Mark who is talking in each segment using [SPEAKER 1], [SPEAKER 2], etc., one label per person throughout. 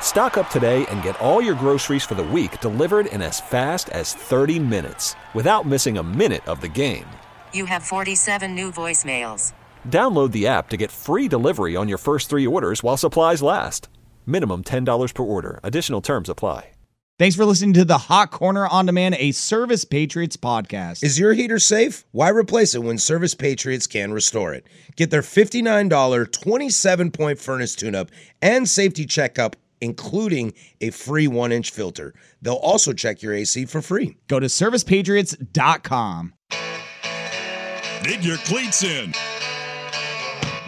[SPEAKER 1] Stock up today and get all your groceries for the week delivered in as fast as 30 minutes without missing a minute of the game.
[SPEAKER 2] You have 47 new voicemails.
[SPEAKER 1] Download the app to get free delivery on your first three orders while supplies last. Minimum $10 per order. Additional terms apply.
[SPEAKER 3] Thanks for listening to the Hot Corner on Demand, a Service Patriots podcast.
[SPEAKER 4] Is your heater safe? Why replace it when Service Patriots can restore it? Get their $59 27 point furnace tune up and safety checkup including a free one inch filter. They'll also check your AC for free.
[SPEAKER 3] Go to servicepatriots.com.
[SPEAKER 5] Dig your cleats in.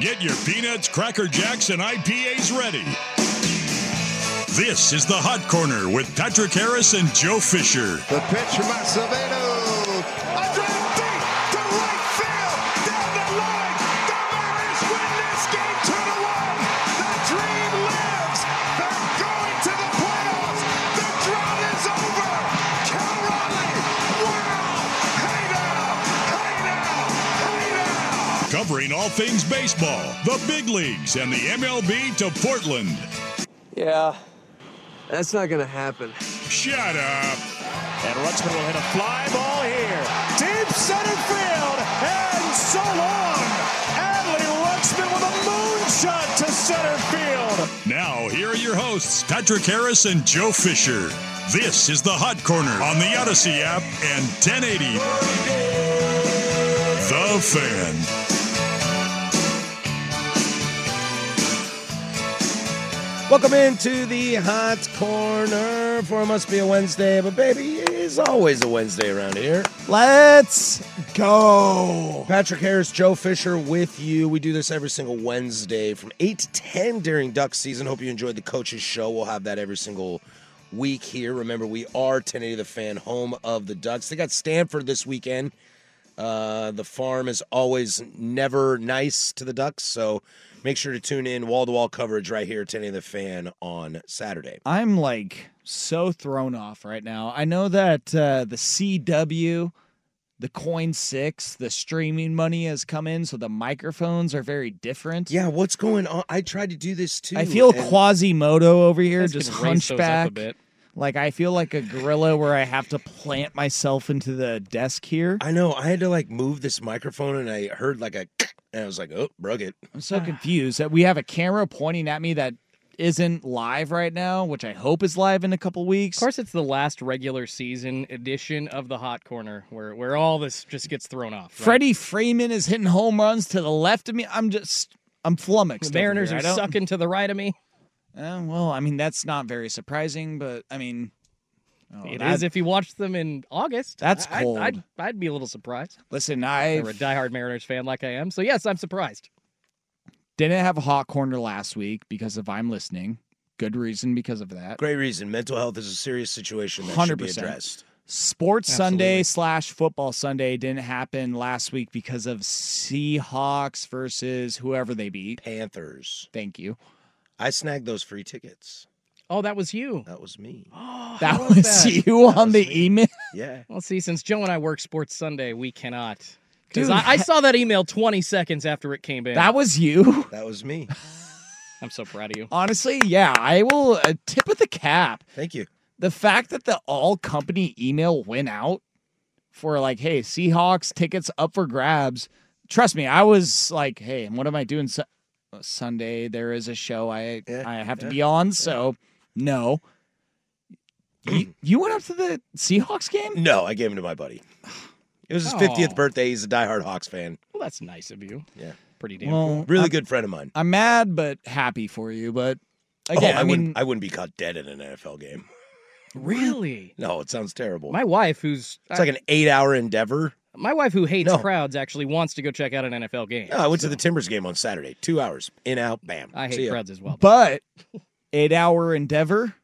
[SPEAKER 5] Get your peanuts, cracker jacks, and IPAs ready. This is the Hot Corner with Patrick Harris and Joe Fisher.
[SPEAKER 6] The pitch from Acevedo. A drive deep to right field. Down the line. The Mariners win this game two to one. The dream lives. They're going to the playoffs. The drought is over. Cal Raleigh. Wow. Hey now. Hey now. Hey now.
[SPEAKER 5] Covering all things baseball, the big leagues, and the MLB to Portland.
[SPEAKER 7] Yeah, that's not gonna happen.
[SPEAKER 5] Shut up.
[SPEAKER 8] And Rutschman will hit a fly ball here. Deep center field. And so long. Adley Rutschman with a moonshot to center field.
[SPEAKER 5] Now, here are your hosts, Patrick Harris and Joe Fisher. This is the Hot Corner on the Odyssey app and 1080. The Fan.
[SPEAKER 4] Welcome into the Hot Corner for it must be a Wednesday, but baby, it's always a Wednesday around here.
[SPEAKER 3] Let's go.
[SPEAKER 4] Patrick Harris, Joe Fisher with you. We do this every single Wednesday from 8 to 10 during duck season. Hope you enjoyed the coaches show. We'll have that every single week here. Remember, we are 1080 the fan, home of the Ducks. They got Stanford this weekend. Uh, the farm is always never nice to the Ducks, so make sure to tune in wall to wall coverage right here, 1080 the fan on Saturday.
[SPEAKER 3] I'm like so thrown off right now. I know that uh, the CW, the Coin Six, the streaming money has come in, so the microphones are very different.
[SPEAKER 4] Yeah, what's going on? I tried to do this too.
[SPEAKER 3] I feel
[SPEAKER 4] and-
[SPEAKER 3] Quasimodo over here,
[SPEAKER 9] Guys
[SPEAKER 3] just
[SPEAKER 9] can raise those up a
[SPEAKER 3] hunchback.
[SPEAKER 9] bit.
[SPEAKER 3] Like I feel like a gorilla where I have to plant myself into the desk here.
[SPEAKER 4] I know. I had to like move this microphone, and I heard like a, and I was like, oh, broke it.
[SPEAKER 3] I'm so confused that we have a camera pointing at me that isn't live right now, which I hope is live in a couple weeks.
[SPEAKER 9] Of course, it's the last regular season edition of the Hot Corner, where where all this just gets thrown off. right?
[SPEAKER 3] Freddie Freeman is hitting home runs to the left of me. I'm just, I'm flummoxed.
[SPEAKER 9] the Mariners are
[SPEAKER 3] over here. I don't-
[SPEAKER 9] sucking to the right of me.
[SPEAKER 3] Uh, well, I mean that's not very surprising, but I mean, oh,
[SPEAKER 9] It is
[SPEAKER 3] that-
[SPEAKER 9] if you watched them in August.
[SPEAKER 3] That's
[SPEAKER 9] I- I'd-
[SPEAKER 3] cold.
[SPEAKER 9] I'd, I'd, be a little surprised.
[SPEAKER 3] Listen,
[SPEAKER 9] If You're a
[SPEAKER 3] I
[SPEAKER 9] diehard Mariners fan like I am, so yes, I'm surprised.
[SPEAKER 3] didn't have a hot corner last week because of I'm listening. Good reason because of that.
[SPEAKER 4] Great reason. Mental health is a serious situation that should be
[SPEAKER 3] 100%.
[SPEAKER 4] addressed.
[SPEAKER 3] Sports
[SPEAKER 9] Absolutely.
[SPEAKER 3] Sunday slash Football Sunday didn't happen last week because of Seahawks versus whoever they beat.
[SPEAKER 4] Panthers.
[SPEAKER 3] Thank you.
[SPEAKER 4] I snagged those free tickets.
[SPEAKER 9] Oh, that was you.
[SPEAKER 4] That was me.
[SPEAKER 9] Oh,
[SPEAKER 3] That
[SPEAKER 9] how
[SPEAKER 3] was,
[SPEAKER 9] that?
[SPEAKER 3] you
[SPEAKER 4] That
[SPEAKER 3] on
[SPEAKER 4] was
[SPEAKER 3] the
[SPEAKER 4] me.
[SPEAKER 3] email.
[SPEAKER 4] Yeah.
[SPEAKER 9] Well, see, since Joe and I work Sports Sunday, we cannot. Because
[SPEAKER 3] Dude,
[SPEAKER 9] I, I saw that email 20 seconds after it came in.
[SPEAKER 3] That was you.
[SPEAKER 4] That was me.
[SPEAKER 9] I'm so proud of you.
[SPEAKER 3] Honestly, yeah, I will uh, tip of the cap.
[SPEAKER 4] Thank you.
[SPEAKER 3] The fact that the all company email went out for like, hey, Seahawks tickets up for grabs. Trust me, I was like, hey, what am I doing su- uh, Sunday? There is a show I
[SPEAKER 4] Yeah,
[SPEAKER 3] I have to
[SPEAKER 4] yeah,
[SPEAKER 3] be on, so no. you, you went up to the Seahawks game?
[SPEAKER 4] No, I gave them to my buddy. It was his 50th
[SPEAKER 9] Aw.
[SPEAKER 4] birthday. He's a diehard Hawks fan.
[SPEAKER 9] Well, that's nice of you.
[SPEAKER 4] Yeah.
[SPEAKER 9] Pretty damn cool.
[SPEAKER 3] Well,
[SPEAKER 4] Really good friend of mine.
[SPEAKER 3] I'm mad but happy for you, but
[SPEAKER 4] Oh,
[SPEAKER 3] again,
[SPEAKER 4] I,
[SPEAKER 3] I mean,
[SPEAKER 4] wouldn't, I wouldn't be caught dead in an NFL game.
[SPEAKER 9] Really?
[SPEAKER 4] No, it sounds terrible.
[SPEAKER 9] My wife, who's
[SPEAKER 4] it's like an eight-hour endeavor.
[SPEAKER 9] My wife, who hates crowds, actually wants to go check out an NFL game.
[SPEAKER 4] No, I went to the Timbers game on Saturday. Two hours in out, bam.
[SPEAKER 9] I hate
[SPEAKER 4] See ya.
[SPEAKER 9] crowds as well.
[SPEAKER 3] But eight hour endeavor,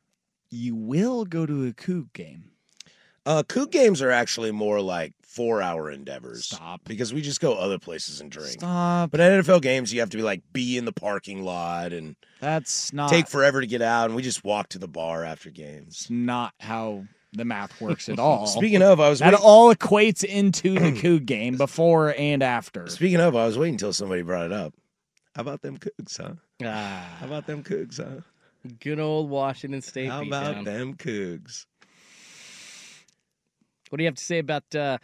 [SPEAKER 3] you will go to a coup game.
[SPEAKER 4] Uh, coup games are actually more like four-hour endeavors. Stop. Because we just go other places and drink.
[SPEAKER 3] Stop.
[SPEAKER 4] But at NFL games, you have to be like be in the parking lot and
[SPEAKER 3] That's not
[SPEAKER 4] take forever to get out. And we just walk to the bar after games.
[SPEAKER 3] not how the math works at all.
[SPEAKER 4] Speaking of, I was
[SPEAKER 3] that
[SPEAKER 4] wait-
[SPEAKER 3] all equates into the coup game before and after.
[SPEAKER 4] Speaking of, I was waiting until somebody brought it up. How about them Cougs, huh? How about them Cougs, huh?
[SPEAKER 9] Good old Washington State.
[SPEAKER 4] How
[SPEAKER 9] beatdown.
[SPEAKER 4] about them Cougs?
[SPEAKER 9] What do you have to say about uh,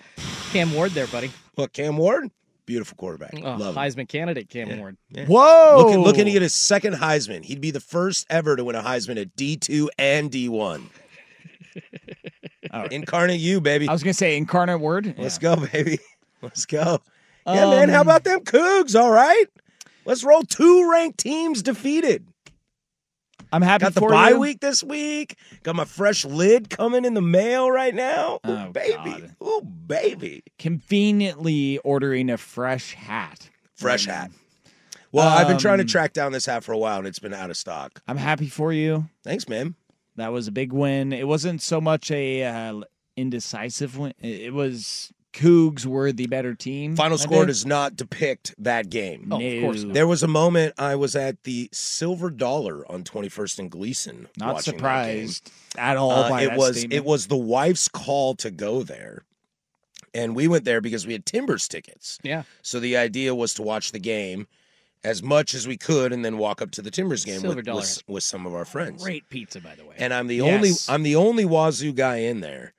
[SPEAKER 9] Cam Ward there, buddy?
[SPEAKER 4] Look, Cam Ward, beautiful quarterback.
[SPEAKER 9] Oh,
[SPEAKER 4] Love him.
[SPEAKER 9] Heisman candidate Cam Ward.
[SPEAKER 3] Whoa!
[SPEAKER 4] Looking, looking to get his second Heisman. He'd be the first ever to win a Heisman at D2 and D1. Incarnate you, baby.
[SPEAKER 3] I was gonna say incarnate word.
[SPEAKER 4] Let's
[SPEAKER 3] Yeah.
[SPEAKER 4] go, baby. Let's go. Yeah, man, how
[SPEAKER 3] Um,
[SPEAKER 4] about them Cougs? All right. Let's roll two ranked teams defeated.
[SPEAKER 3] I'm happy
[SPEAKER 4] Got the
[SPEAKER 3] for
[SPEAKER 4] bye
[SPEAKER 3] you.
[SPEAKER 4] week this week. Got my fresh lid coming in the mail right now. Ooh,
[SPEAKER 3] Oh,
[SPEAKER 4] baby. Ooh, baby.
[SPEAKER 3] Conveniently ordering a fresh hat.
[SPEAKER 4] Fresh hat. Well, I've been trying to
[SPEAKER 3] Mm. Um,
[SPEAKER 4] track down this hat for a while and it's been out of stock.
[SPEAKER 3] I'm happy for you.
[SPEAKER 4] Thanks, man.
[SPEAKER 3] That was a big win. It wasn't so much a uh, indecisive win. It it was Cougs were the better team.
[SPEAKER 4] Final
[SPEAKER 3] that
[SPEAKER 4] score
[SPEAKER 3] day.
[SPEAKER 4] does not depict that game.
[SPEAKER 3] Oh, of course No.
[SPEAKER 4] There was a moment I was at the Silver Dollar on 21st and Gleason.
[SPEAKER 3] Not
[SPEAKER 4] watching that
[SPEAKER 3] surprised
[SPEAKER 4] game.
[SPEAKER 3] at all
[SPEAKER 4] Uh,
[SPEAKER 3] by
[SPEAKER 4] it
[SPEAKER 3] that
[SPEAKER 4] was it
[SPEAKER 3] statement.
[SPEAKER 4] was the wife's call to go there, and we went there because we had Timbers tickets.
[SPEAKER 9] Yeah.
[SPEAKER 4] So the idea was to watch the game as much as we could, and then walk up to the Timbers game
[SPEAKER 9] Silver
[SPEAKER 4] with,
[SPEAKER 9] Dollar
[SPEAKER 4] with,
[SPEAKER 9] has
[SPEAKER 4] with some of our friends.
[SPEAKER 9] Great pizza, by the way.
[SPEAKER 4] And I'm the
[SPEAKER 3] Yes.
[SPEAKER 4] only I'm the only Wazoo guy in there,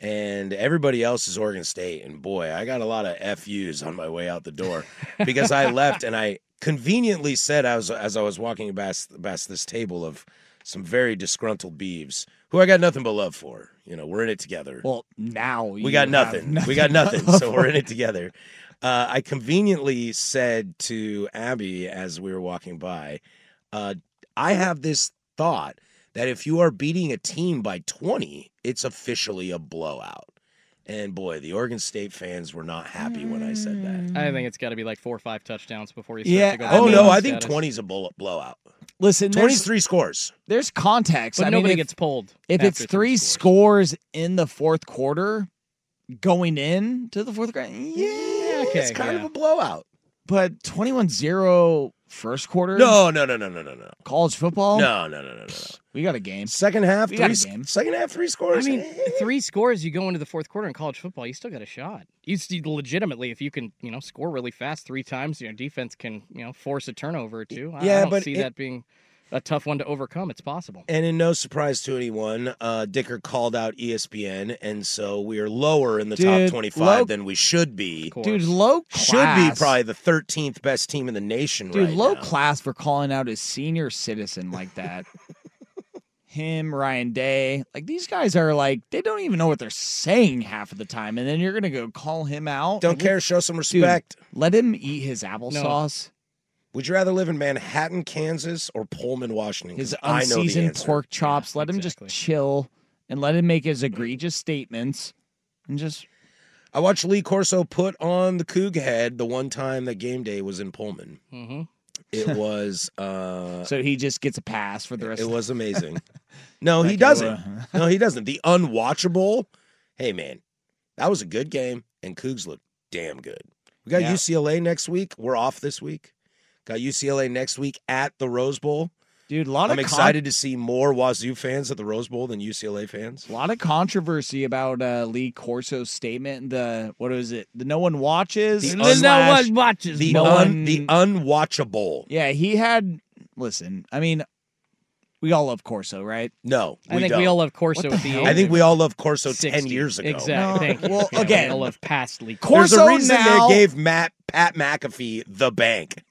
[SPEAKER 4] and everybody else is Oregon State. And boy, I got a lot of FUs on my way out the door because I left and I conveniently said I was as I was walking past past this table of some very disgruntled beeves who I got nothing but love for. You know, we're in it together.
[SPEAKER 3] Well, now
[SPEAKER 4] we got
[SPEAKER 3] you have
[SPEAKER 4] nothing. We got nothing.
[SPEAKER 3] but
[SPEAKER 4] so we're in it together. Uh, I conveniently said to Abby as we were walking by, uh, I have this thought that if you are beating a team by 20, it's officially a blowout. And boy, the Oregon State fans were not happy when I said that.
[SPEAKER 9] I think it's got to be like four or five touchdowns before you start
[SPEAKER 3] Yeah,
[SPEAKER 9] to go.
[SPEAKER 3] I
[SPEAKER 9] back
[SPEAKER 4] oh,
[SPEAKER 9] to
[SPEAKER 4] no,
[SPEAKER 9] win
[SPEAKER 4] I think
[SPEAKER 9] status.
[SPEAKER 4] 20 is a bull- blowout.
[SPEAKER 3] Listen, there's,
[SPEAKER 4] 23 scores.
[SPEAKER 3] there's context.
[SPEAKER 9] But
[SPEAKER 3] I mean,
[SPEAKER 9] nobody
[SPEAKER 3] if-
[SPEAKER 9] gets pulled.
[SPEAKER 3] If it's
[SPEAKER 9] after
[SPEAKER 3] three scores. in the fourth quarter, going in to the fourth quarter, yeah,
[SPEAKER 9] okay,
[SPEAKER 4] it's kind
[SPEAKER 9] yeah.
[SPEAKER 4] of a blowout.
[SPEAKER 3] but 21-0 first quarter.
[SPEAKER 4] No, no, no, no, no, no, no.
[SPEAKER 3] college
[SPEAKER 9] Oh.
[SPEAKER 3] football.
[SPEAKER 4] No, no, no, no, no, no.
[SPEAKER 3] we got a game.
[SPEAKER 4] Second half,
[SPEAKER 3] We got
[SPEAKER 4] three,
[SPEAKER 3] a
[SPEAKER 4] sc-
[SPEAKER 3] game.
[SPEAKER 4] second half, three
[SPEAKER 9] I
[SPEAKER 4] scores.
[SPEAKER 9] mean,
[SPEAKER 4] Eh.
[SPEAKER 9] three scores. You go into the fourth quarter in college football, you still got a shot. You see, legitimately, if you can, you know, score really fast three times, your defense can, you know, force a turnover or two. I- I
[SPEAKER 4] Yeah,
[SPEAKER 9] don't
[SPEAKER 4] but
[SPEAKER 9] see
[SPEAKER 4] it-
[SPEAKER 9] that being a tough one to overcome. It's possible.
[SPEAKER 4] And in no surprise to anyone, uh, Dicker called out E ESPN, and so we are lower in the top
[SPEAKER 3] Dude,
[SPEAKER 4] 25
[SPEAKER 3] low-
[SPEAKER 4] than we should be.
[SPEAKER 3] Dude, low
[SPEAKER 4] Should be
[SPEAKER 3] class.
[SPEAKER 4] probably the 13th best team in the nation
[SPEAKER 3] Dude,
[SPEAKER 4] right
[SPEAKER 3] low
[SPEAKER 4] now.
[SPEAKER 3] class for calling out a senior citizen like that. Him, Ryan Day, like these guys are like they don't even know what they're saying half of the time, and then you're gonna go call him out.
[SPEAKER 4] Don't
[SPEAKER 3] Like,
[SPEAKER 4] care. Show some
[SPEAKER 3] dude,
[SPEAKER 4] respect.
[SPEAKER 3] let him eat his applesauce,
[SPEAKER 4] Would you rather live in Manhattan, Kansas, or Pullman, Washington? 'Cause
[SPEAKER 3] his
[SPEAKER 4] I know the
[SPEAKER 3] unseasoned
[SPEAKER 4] answer.
[SPEAKER 3] pork chops. let him just chill and let him make his egregious statements, and just
[SPEAKER 4] I watched Lee Corso put on the Coug head the one time that game day was in Pullman.
[SPEAKER 9] Mm-hmm.
[SPEAKER 4] It was uh,
[SPEAKER 3] so he just gets a pass for the rest.
[SPEAKER 4] It
[SPEAKER 3] of
[SPEAKER 4] was amazing. No,
[SPEAKER 3] Like
[SPEAKER 4] he
[SPEAKER 3] it
[SPEAKER 4] doesn't.
[SPEAKER 3] were-
[SPEAKER 4] No, he doesn't. The unwatchable. Hey, man, that was a good game, and Cougs looked damn good. We got
[SPEAKER 3] Yeah.
[SPEAKER 4] UCLA next week. We're off this week. Got UCLA next week at the Rose Bowl.
[SPEAKER 3] dude. A lot
[SPEAKER 4] I'm
[SPEAKER 3] of con-
[SPEAKER 4] excited to see more Wazoo fans at the Rose Bowl than UCLA fans.
[SPEAKER 3] A lot of controversy about uh, Lee Corso's statement. The what was it? The no one watches.
[SPEAKER 4] The
[SPEAKER 3] slash-
[SPEAKER 4] unwatch-
[SPEAKER 9] watches.
[SPEAKER 4] The
[SPEAKER 3] No
[SPEAKER 4] un,
[SPEAKER 3] one-
[SPEAKER 4] the unwatchable.
[SPEAKER 3] yeah, he had. Listen, I mean, we all love Corso, right?
[SPEAKER 4] No,
[SPEAKER 9] I think we
[SPEAKER 4] don't.
[SPEAKER 9] all love Corso.
[SPEAKER 3] What the
[SPEAKER 9] at the
[SPEAKER 3] hell?
[SPEAKER 9] age
[SPEAKER 4] I think
[SPEAKER 9] of
[SPEAKER 4] we all love Corso 10
[SPEAKER 9] 60.
[SPEAKER 4] years ago.
[SPEAKER 9] Exactly.
[SPEAKER 3] No.
[SPEAKER 9] Thank you.
[SPEAKER 3] Well,
[SPEAKER 9] Yeah, we
[SPEAKER 3] again,
[SPEAKER 9] all love past Lee.
[SPEAKER 3] Cor-
[SPEAKER 4] There's
[SPEAKER 3] Corso
[SPEAKER 4] a reason
[SPEAKER 3] now-
[SPEAKER 4] they gave Matt Pat McAfee the bank.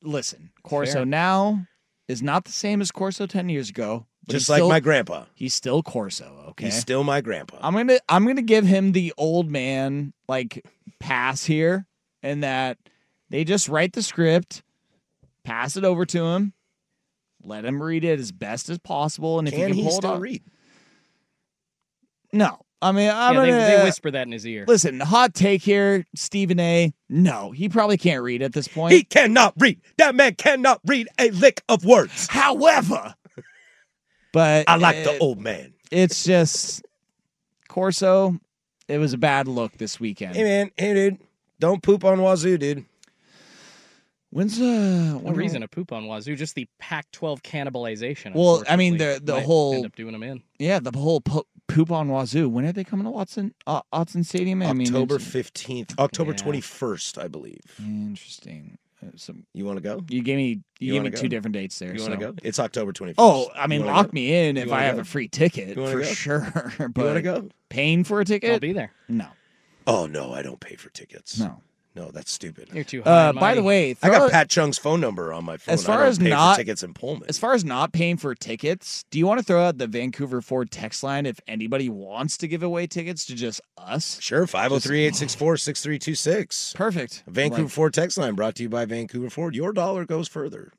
[SPEAKER 3] Listen, Corso
[SPEAKER 9] Fair.
[SPEAKER 3] now is not the same as Corso ten years ago. But
[SPEAKER 4] Just
[SPEAKER 3] he's
[SPEAKER 4] like
[SPEAKER 3] still-
[SPEAKER 4] my grandpa.
[SPEAKER 3] he's still Corso. Okay,
[SPEAKER 4] He's still my grandpa.
[SPEAKER 3] I'm gonna I'm gonna give him the old man like pass here, and that they just write the script, pass it over to him, let him read it as best as possible, and if he
[SPEAKER 4] Can
[SPEAKER 3] can
[SPEAKER 4] he
[SPEAKER 3] pull it
[SPEAKER 4] still
[SPEAKER 3] off,
[SPEAKER 4] read?
[SPEAKER 3] No. I mean, I'm
[SPEAKER 9] yeah, they,
[SPEAKER 3] gonna-
[SPEAKER 9] they whisper that in his ear.
[SPEAKER 3] Listen, hot take here, Stephen A. No, he probably can't read at this point.
[SPEAKER 4] He cannot read. That man cannot read a lick of words.
[SPEAKER 3] However, uh, but
[SPEAKER 4] I like the
[SPEAKER 3] it-
[SPEAKER 4] old man.
[SPEAKER 3] It's just Corso. It was a bad look this weekend.
[SPEAKER 4] Hey man, hey dude, don't poop on Wazoo, dude.
[SPEAKER 3] When's uh?
[SPEAKER 9] No reason to poop on Wazoo. Just the Pac-12 cannibalization.
[SPEAKER 3] Well, I mean,
[SPEAKER 9] unfortunately,
[SPEAKER 3] the- the
[SPEAKER 9] might
[SPEAKER 3] whole-
[SPEAKER 9] end up doing them in.
[SPEAKER 3] Yeah, the whole po- poop on Wazoo. When are they coming to Watson uh, Watson Stadium? I mean, it's-
[SPEAKER 4] October fifteenth, October
[SPEAKER 3] Yeah.
[SPEAKER 4] twenty first, I believe.
[SPEAKER 3] Interesting. Uh, some
[SPEAKER 4] You want to go?
[SPEAKER 3] you gave me you, gave
[SPEAKER 4] wanna
[SPEAKER 3] me
[SPEAKER 4] go?
[SPEAKER 3] two different dates there.
[SPEAKER 4] You want to
[SPEAKER 3] so-
[SPEAKER 4] go? It's October twenty first.
[SPEAKER 3] Oh, I mean, lock me in if I have a free ticket
[SPEAKER 4] You wanna
[SPEAKER 3] for
[SPEAKER 4] go?
[SPEAKER 3] sure. But
[SPEAKER 4] go?
[SPEAKER 3] Paying for a ticket?
[SPEAKER 9] I'll be there.
[SPEAKER 3] No.
[SPEAKER 4] Oh no, I don't pay for tickets.
[SPEAKER 3] No.
[SPEAKER 4] no, that's stupid.
[SPEAKER 9] You're too high.
[SPEAKER 3] Uh, by the way,
[SPEAKER 4] I
[SPEAKER 3] throw-
[SPEAKER 4] got Pat Chung's phone number on my phone.
[SPEAKER 3] As far
[SPEAKER 4] I don't
[SPEAKER 3] as
[SPEAKER 4] pay
[SPEAKER 3] not-
[SPEAKER 4] for tickets in Pullman.
[SPEAKER 3] as far as not paying for tickets, do you want to throw out the Vancouver Ford text line if anybody wants to give away tickets to just us?
[SPEAKER 4] Sure, 503-864-6326.
[SPEAKER 3] Perfect.
[SPEAKER 4] Vancouver
[SPEAKER 3] Like-
[SPEAKER 4] Ford text line brought to you by Vancouver Ford. Your dollar goes further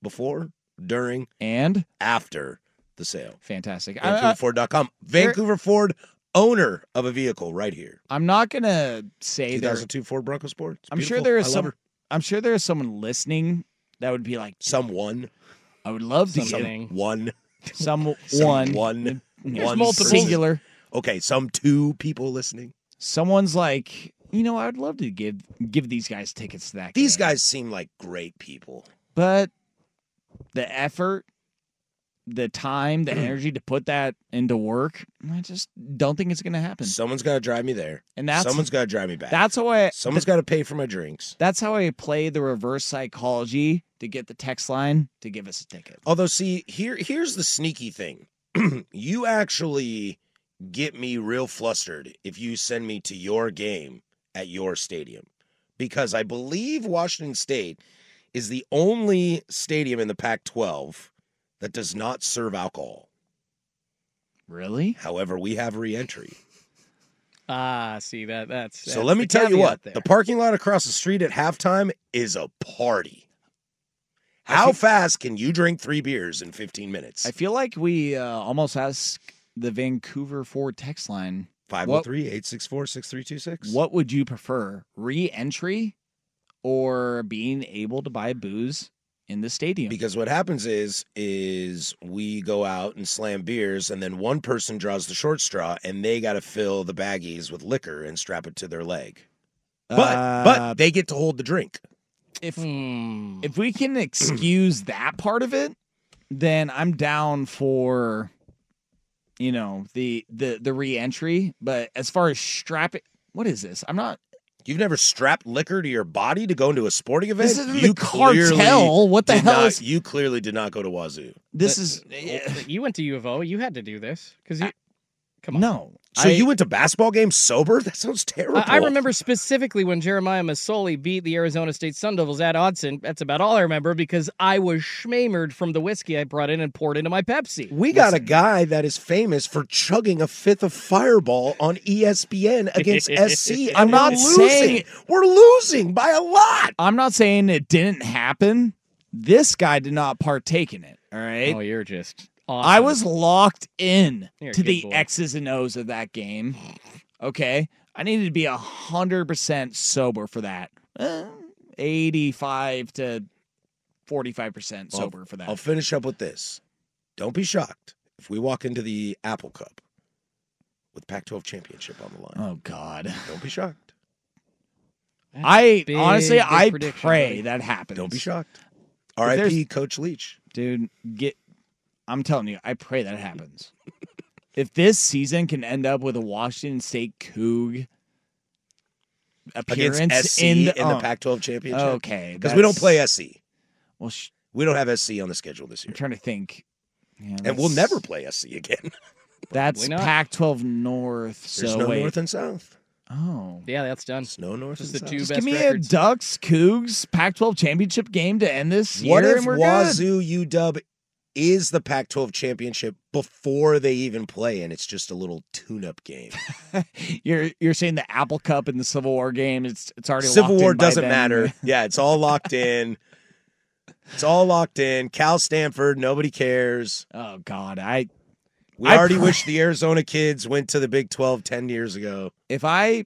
[SPEAKER 4] before, during,
[SPEAKER 3] and
[SPEAKER 4] after the sale.
[SPEAKER 3] Fantastic. I- I-
[SPEAKER 4] VancouverFord.com. Vancouver Ford owner of a vehicle right here.
[SPEAKER 3] I'm not gonna say there.
[SPEAKER 4] 2002 Ford Bronco Sport. It's
[SPEAKER 3] I'm sure
[SPEAKER 4] beautiful.
[SPEAKER 3] there
[SPEAKER 4] I
[SPEAKER 3] is
[SPEAKER 4] love
[SPEAKER 3] some.
[SPEAKER 4] her.
[SPEAKER 3] I'm sure there is someone listening that would be like
[SPEAKER 4] someone.
[SPEAKER 3] I would love to get
[SPEAKER 9] Something.
[SPEAKER 4] One.
[SPEAKER 3] some
[SPEAKER 4] Some
[SPEAKER 3] one,
[SPEAKER 4] one.
[SPEAKER 3] There's
[SPEAKER 4] one
[SPEAKER 3] multiple.
[SPEAKER 4] person.
[SPEAKER 3] Singular.
[SPEAKER 4] Okay, some two people listening.
[SPEAKER 3] Someone's like, you know, I would love to give give these guys tickets to that.
[SPEAKER 4] These
[SPEAKER 3] game."
[SPEAKER 4] guys seem like great people.
[SPEAKER 3] but the effort the time the energy to put that into work i just don't think it's gonna happen
[SPEAKER 4] Someone's got to drive me there.
[SPEAKER 3] And that's-
[SPEAKER 4] someone's got to drive me back.
[SPEAKER 3] that's how i
[SPEAKER 4] Someone's got to pay for my drinks.
[SPEAKER 3] that's how i play the reverse psychology to get the text line to give us a ticket
[SPEAKER 4] Although, see, here here's the sneaky thing. you actually get me real flustered if you send me to your game at your stadium. Because I believe Washington State is the only stadium in the Pac 12 that does not serve alcohol.
[SPEAKER 3] really
[SPEAKER 4] However, we have re entry.
[SPEAKER 9] Ah, see that that's.
[SPEAKER 4] So
[SPEAKER 9] that's
[SPEAKER 4] let me
[SPEAKER 9] the
[SPEAKER 4] tell you
[SPEAKER 9] caveat
[SPEAKER 4] what
[SPEAKER 9] there.
[SPEAKER 4] the parking lot across the street at halftime is a party. How fast can you drink three beers in 15 minutes?
[SPEAKER 3] i feel like we uh, almost ask the vancouver ford text line
[SPEAKER 4] 503 864 6326.
[SPEAKER 3] what would you prefer re-entry or being able to buy booze in the stadium
[SPEAKER 4] Because what happens is is we go out and slam beers, and then one person draws the short straw, and they got to fill the baggies with liquor and strap it to their leg. But
[SPEAKER 3] Uh,
[SPEAKER 4] but they get to hold the drink.
[SPEAKER 3] if
[SPEAKER 9] Hmm.
[SPEAKER 3] if we can excuse that part of it, then I'm down for you know the the the re-entry. But as far as strap it, what is this? I'm not.
[SPEAKER 4] You've never strapped liquor to your body to go into a sporting event.
[SPEAKER 3] This isn't the cartel. What the
[SPEAKER 4] did
[SPEAKER 3] hell
[SPEAKER 4] not-
[SPEAKER 3] is-
[SPEAKER 4] You clearly did not go to Wazoo.
[SPEAKER 3] This
[SPEAKER 9] But-
[SPEAKER 3] is
[SPEAKER 9] Well, you went to U of O. You had to do this because you. Come on.
[SPEAKER 3] no.
[SPEAKER 4] So
[SPEAKER 3] I-
[SPEAKER 4] you went to basketball games sober? That sounds terrible.
[SPEAKER 9] I, I remember specifically when Jeremiah Masoli beat the Arizona State Sun Devils at Odson. That's about all I remember because I was schmamered from the whiskey I brought in and poured into my Pepsi.
[SPEAKER 4] We got a guy that is famous for chugging a fifth of Fireball on E ESPN against SC.
[SPEAKER 3] I'm
[SPEAKER 4] and
[SPEAKER 3] not
[SPEAKER 4] we're losing.
[SPEAKER 3] saying-
[SPEAKER 4] we're losing by a lot.
[SPEAKER 3] I'm not saying it didn't happen. This guy did not partake in it. All right.
[SPEAKER 9] Oh, you're just.
[SPEAKER 3] I
[SPEAKER 9] awesome.
[SPEAKER 3] was locked in
[SPEAKER 9] You're a
[SPEAKER 3] to
[SPEAKER 9] good
[SPEAKER 3] the
[SPEAKER 9] boy.
[SPEAKER 3] X's and O's of that game. Okay. I needed to be 100% sober for that. Eh, 85 to 45%
[SPEAKER 4] Well,
[SPEAKER 3] sober for that.
[SPEAKER 4] I'll finish up with this. Don't be shocked if we walk into the Apple Cup with Pac-12 championship on the line.
[SPEAKER 3] oh, God.
[SPEAKER 4] Don't be shocked.
[SPEAKER 9] That's
[SPEAKER 3] I
[SPEAKER 9] big,
[SPEAKER 3] honestly,
[SPEAKER 9] big
[SPEAKER 3] I pray
[SPEAKER 9] prediction, buddy.
[SPEAKER 3] that happens.
[SPEAKER 4] Don't be shocked.
[SPEAKER 3] there's-
[SPEAKER 4] R.I.P. Coach Leach.
[SPEAKER 3] Dude, get. I'm telling you, I pray that happens. if this season can end up with a Washington State Coug appearance
[SPEAKER 4] Against SC
[SPEAKER 3] in the, oh,
[SPEAKER 4] Pac-12 championship.
[SPEAKER 3] Okay.
[SPEAKER 4] Because we don't
[SPEAKER 3] that's-
[SPEAKER 4] play SC.
[SPEAKER 3] Well, sh-
[SPEAKER 4] We don't have SC on the schedule this
[SPEAKER 3] I'm
[SPEAKER 4] year.
[SPEAKER 3] trying to think. Yeah,
[SPEAKER 4] And we'll
[SPEAKER 3] that's-
[SPEAKER 4] never play SC again.
[SPEAKER 3] That's
[SPEAKER 9] not.
[SPEAKER 3] Pac-12 North.
[SPEAKER 4] There's
[SPEAKER 3] so
[SPEAKER 4] no
[SPEAKER 3] wait.
[SPEAKER 4] north and south.
[SPEAKER 3] oh,
[SPEAKER 9] Yeah, that's done.
[SPEAKER 4] There's no north
[SPEAKER 9] This is
[SPEAKER 4] and
[SPEAKER 9] the
[SPEAKER 4] south.
[SPEAKER 9] two
[SPEAKER 3] Just
[SPEAKER 9] best
[SPEAKER 3] give me
[SPEAKER 9] records.
[SPEAKER 3] a Ducks Cougs Pac-12 championship game to end this
[SPEAKER 4] What
[SPEAKER 3] year,
[SPEAKER 4] if
[SPEAKER 3] and we're good.
[SPEAKER 4] Wazoo UW is the Pac-12 championship before they even play, and it's just a little tune-up game?
[SPEAKER 3] You're you're saying the Apple Cup and the Civil War game. It's it's already
[SPEAKER 4] Civil
[SPEAKER 3] locked
[SPEAKER 4] War
[SPEAKER 3] in by
[SPEAKER 4] doesn't
[SPEAKER 3] then.
[SPEAKER 4] matter. Yeah, it's all locked in. It's all locked in. Cal Stanford, nobody cares.
[SPEAKER 3] Oh God, I
[SPEAKER 4] We
[SPEAKER 3] I
[SPEAKER 4] already
[SPEAKER 3] pray-
[SPEAKER 4] wish the Arizona kids went to the Big 12 10 years ago.
[SPEAKER 3] If I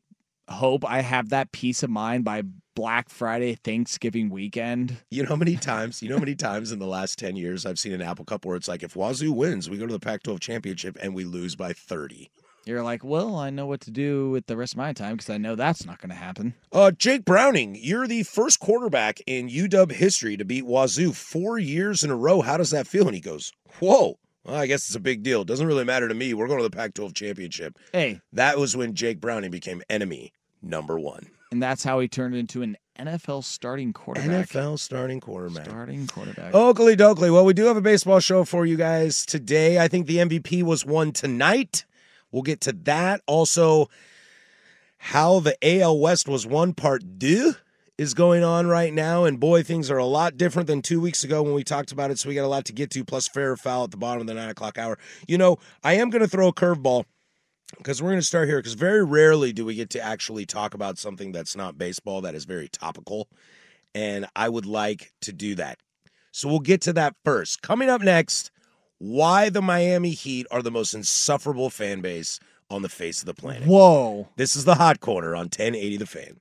[SPEAKER 3] hope I have that peace of mind by Black Friday, Thanksgiving weekend,
[SPEAKER 4] You know how many times, you know how many times in the last 10 years I've seen an Apple Cup where it's like, if Wazoo wins, we go to the Pac 12 championship and we lose by 30.
[SPEAKER 3] you're like, well, I know what to do with the rest of my time because I know that's not going to happen.
[SPEAKER 4] Uh, Jake Browning, you're the first quarterback in UW history to beat Wazoo four years in a row. How does that feel? And he goes, Whoa, well, I guess it's a big deal. Doesn't really matter to me. We're going to the Pac 12 championship.
[SPEAKER 3] Hey,
[SPEAKER 4] That was when Jake Browning became enemy number one.
[SPEAKER 3] and that's how he turned into an NFL starting quarterback.
[SPEAKER 4] NFL starting quarterback.
[SPEAKER 3] Starting quarterback.
[SPEAKER 4] Oakley Doakley. Well, we do have a baseball show for you guys today. I think the MVP was won tonight. We'll get to that. Also, how the AL West was won part deux is going on right now. And boy, things are a lot different than two weeks ago when we talked about it. So we got a lot to get to, plus fair or foul at the bottom of the nine o'clock hour. You know, I am going to throw a curveball because we're going to start here because very rarely do we get to actually talk about something that's not baseball that is very topical. And I would like to do that. So we'll get to that first. Coming up next, why the Miami Heat are the most insufferable fan base on the face of the planet.
[SPEAKER 3] Whoa.
[SPEAKER 4] This is the Hot Corner on 1080 The Fan.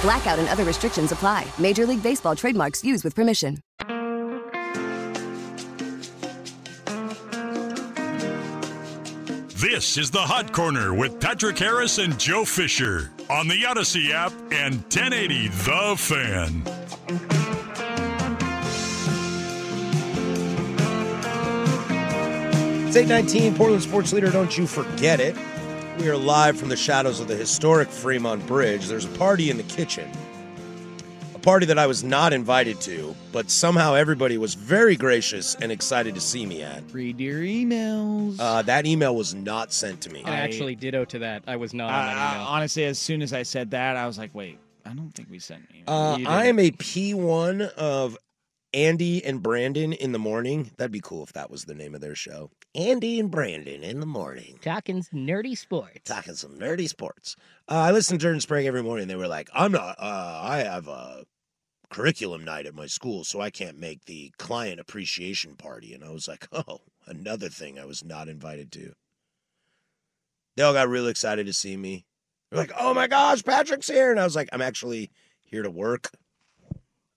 [SPEAKER 10] Blackout and other restrictions apply. Major League Baseball trademarks used with permission.
[SPEAKER 5] This is the Hot Corner with Patrick Harris and Joe Fisher on the Odyssey app and 1080 The Fan.
[SPEAKER 4] It's 819, Portland Sports Leader, don't you forget it. We are live from the shadows of the historic Fremont Bridge. There's a party in the kitchen. A party that I was not invited to, but somehow everybody was very gracious and excited to see me at.
[SPEAKER 3] Read your emails.
[SPEAKER 4] Uh, that email was not sent to me.
[SPEAKER 9] And actually, ditto to that. I was not on that
[SPEAKER 3] I- I-
[SPEAKER 9] email.
[SPEAKER 3] honestly, as soon as I said that, I was like, wait, I don't think we sent me.
[SPEAKER 4] Uh,
[SPEAKER 3] You
[SPEAKER 4] I
[SPEAKER 3] didn't.
[SPEAKER 4] am a P1 of Andy and Brandon in the morning. That'd be cool if that was the name of their show. Andy and Brandon in the morning.
[SPEAKER 9] Talking nerdy sports.
[SPEAKER 4] Talking some nerdy sports. Uh, I listen to Jordan Sprague every morning. They were like, I'm not, uh, I have a curriculum night at my school, so I can't make the client appreciation party. And I was like, oh, another thing I was not invited to. They all got real excited to see me. They're like, oh my gosh, Patrick's here. And I was like, I'm actually here to work.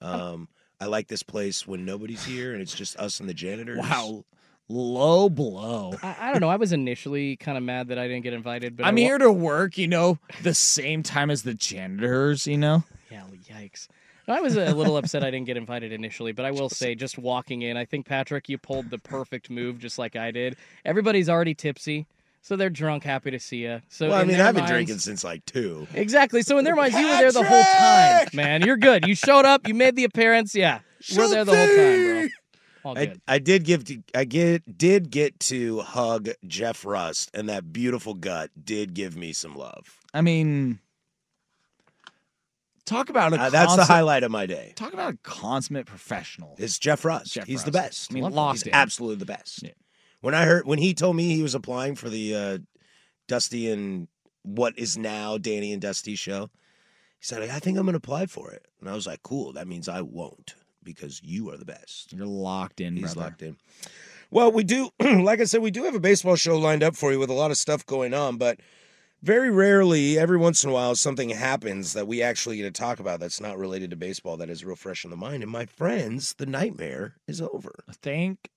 [SPEAKER 4] Um, I like this place when nobody's here and it's just us and the janitors.
[SPEAKER 3] Wow. Low blow.
[SPEAKER 9] I, I don't know. I was initially kind of mad that I didn't get invited, but
[SPEAKER 3] I'm
[SPEAKER 9] I wa-
[SPEAKER 3] here to work, you know, the same time as the janitors, you know?
[SPEAKER 9] Yeah, yikes. I was a little upset I didn't get invited initially, but I will say, just walking in, I think, Patrick, you pulled the perfect move just like I did. Everybody's already tipsy, so they're drunk, happy to see you. So
[SPEAKER 4] well, I
[SPEAKER 9] in
[SPEAKER 4] mean,
[SPEAKER 9] their
[SPEAKER 4] I've been
[SPEAKER 9] minds-
[SPEAKER 4] drinking since like two.
[SPEAKER 9] Exactly. So in their minds, you were there the whole time, man. You're good. You showed up. You made the appearance. Yeah, you we're there the whole time, bro. All
[SPEAKER 4] I,
[SPEAKER 9] good.
[SPEAKER 4] I did give to, I get did get to hug Jeff Rust, and that beautiful gut did give me some love.
[SPEAKER 3] I mean, Talk about a
[SPEAKER 4] Uh, that's the
[SPEAKER 3] consummate-
[SPEAKER 4] highlight of my day.
[SPEAKER 3] Talk about a consummate professional.
[SPEAKER 4] It's Jeff Russ.
[SPEAKER 3] Jeff
[SPEAKER 4] He's
[SPEAKER 3] Russ.
[SPEAKER 4] the best.
[SPEAKER 3] I mean,
[SPEAKER 4] He's
[SPEAKER 3] lost it.
[SPEAKER 4] absolutely the best. When I heard when he told me he was applying for the uh, Dusty and what is now Danny and Dusty show, he said, "I think I'm going to apply for it." And I was like, "Cool. That means I won't because you are the best.
[SPEAKER 3] You're locked in.
[SPEAKER 4] He's
[SPEAKER 3] brother.
[SPEAKER 4] locked in." Well, we do. like I said, we do have a baseball show lined up for you with a lot of stuff going on, but very rarely, every once in a while, something happens that we actually get to talk about that's not related to baseball that is real fresh in the mind. And my friends, the nightmare is over.
[SPEAKER 3] Thank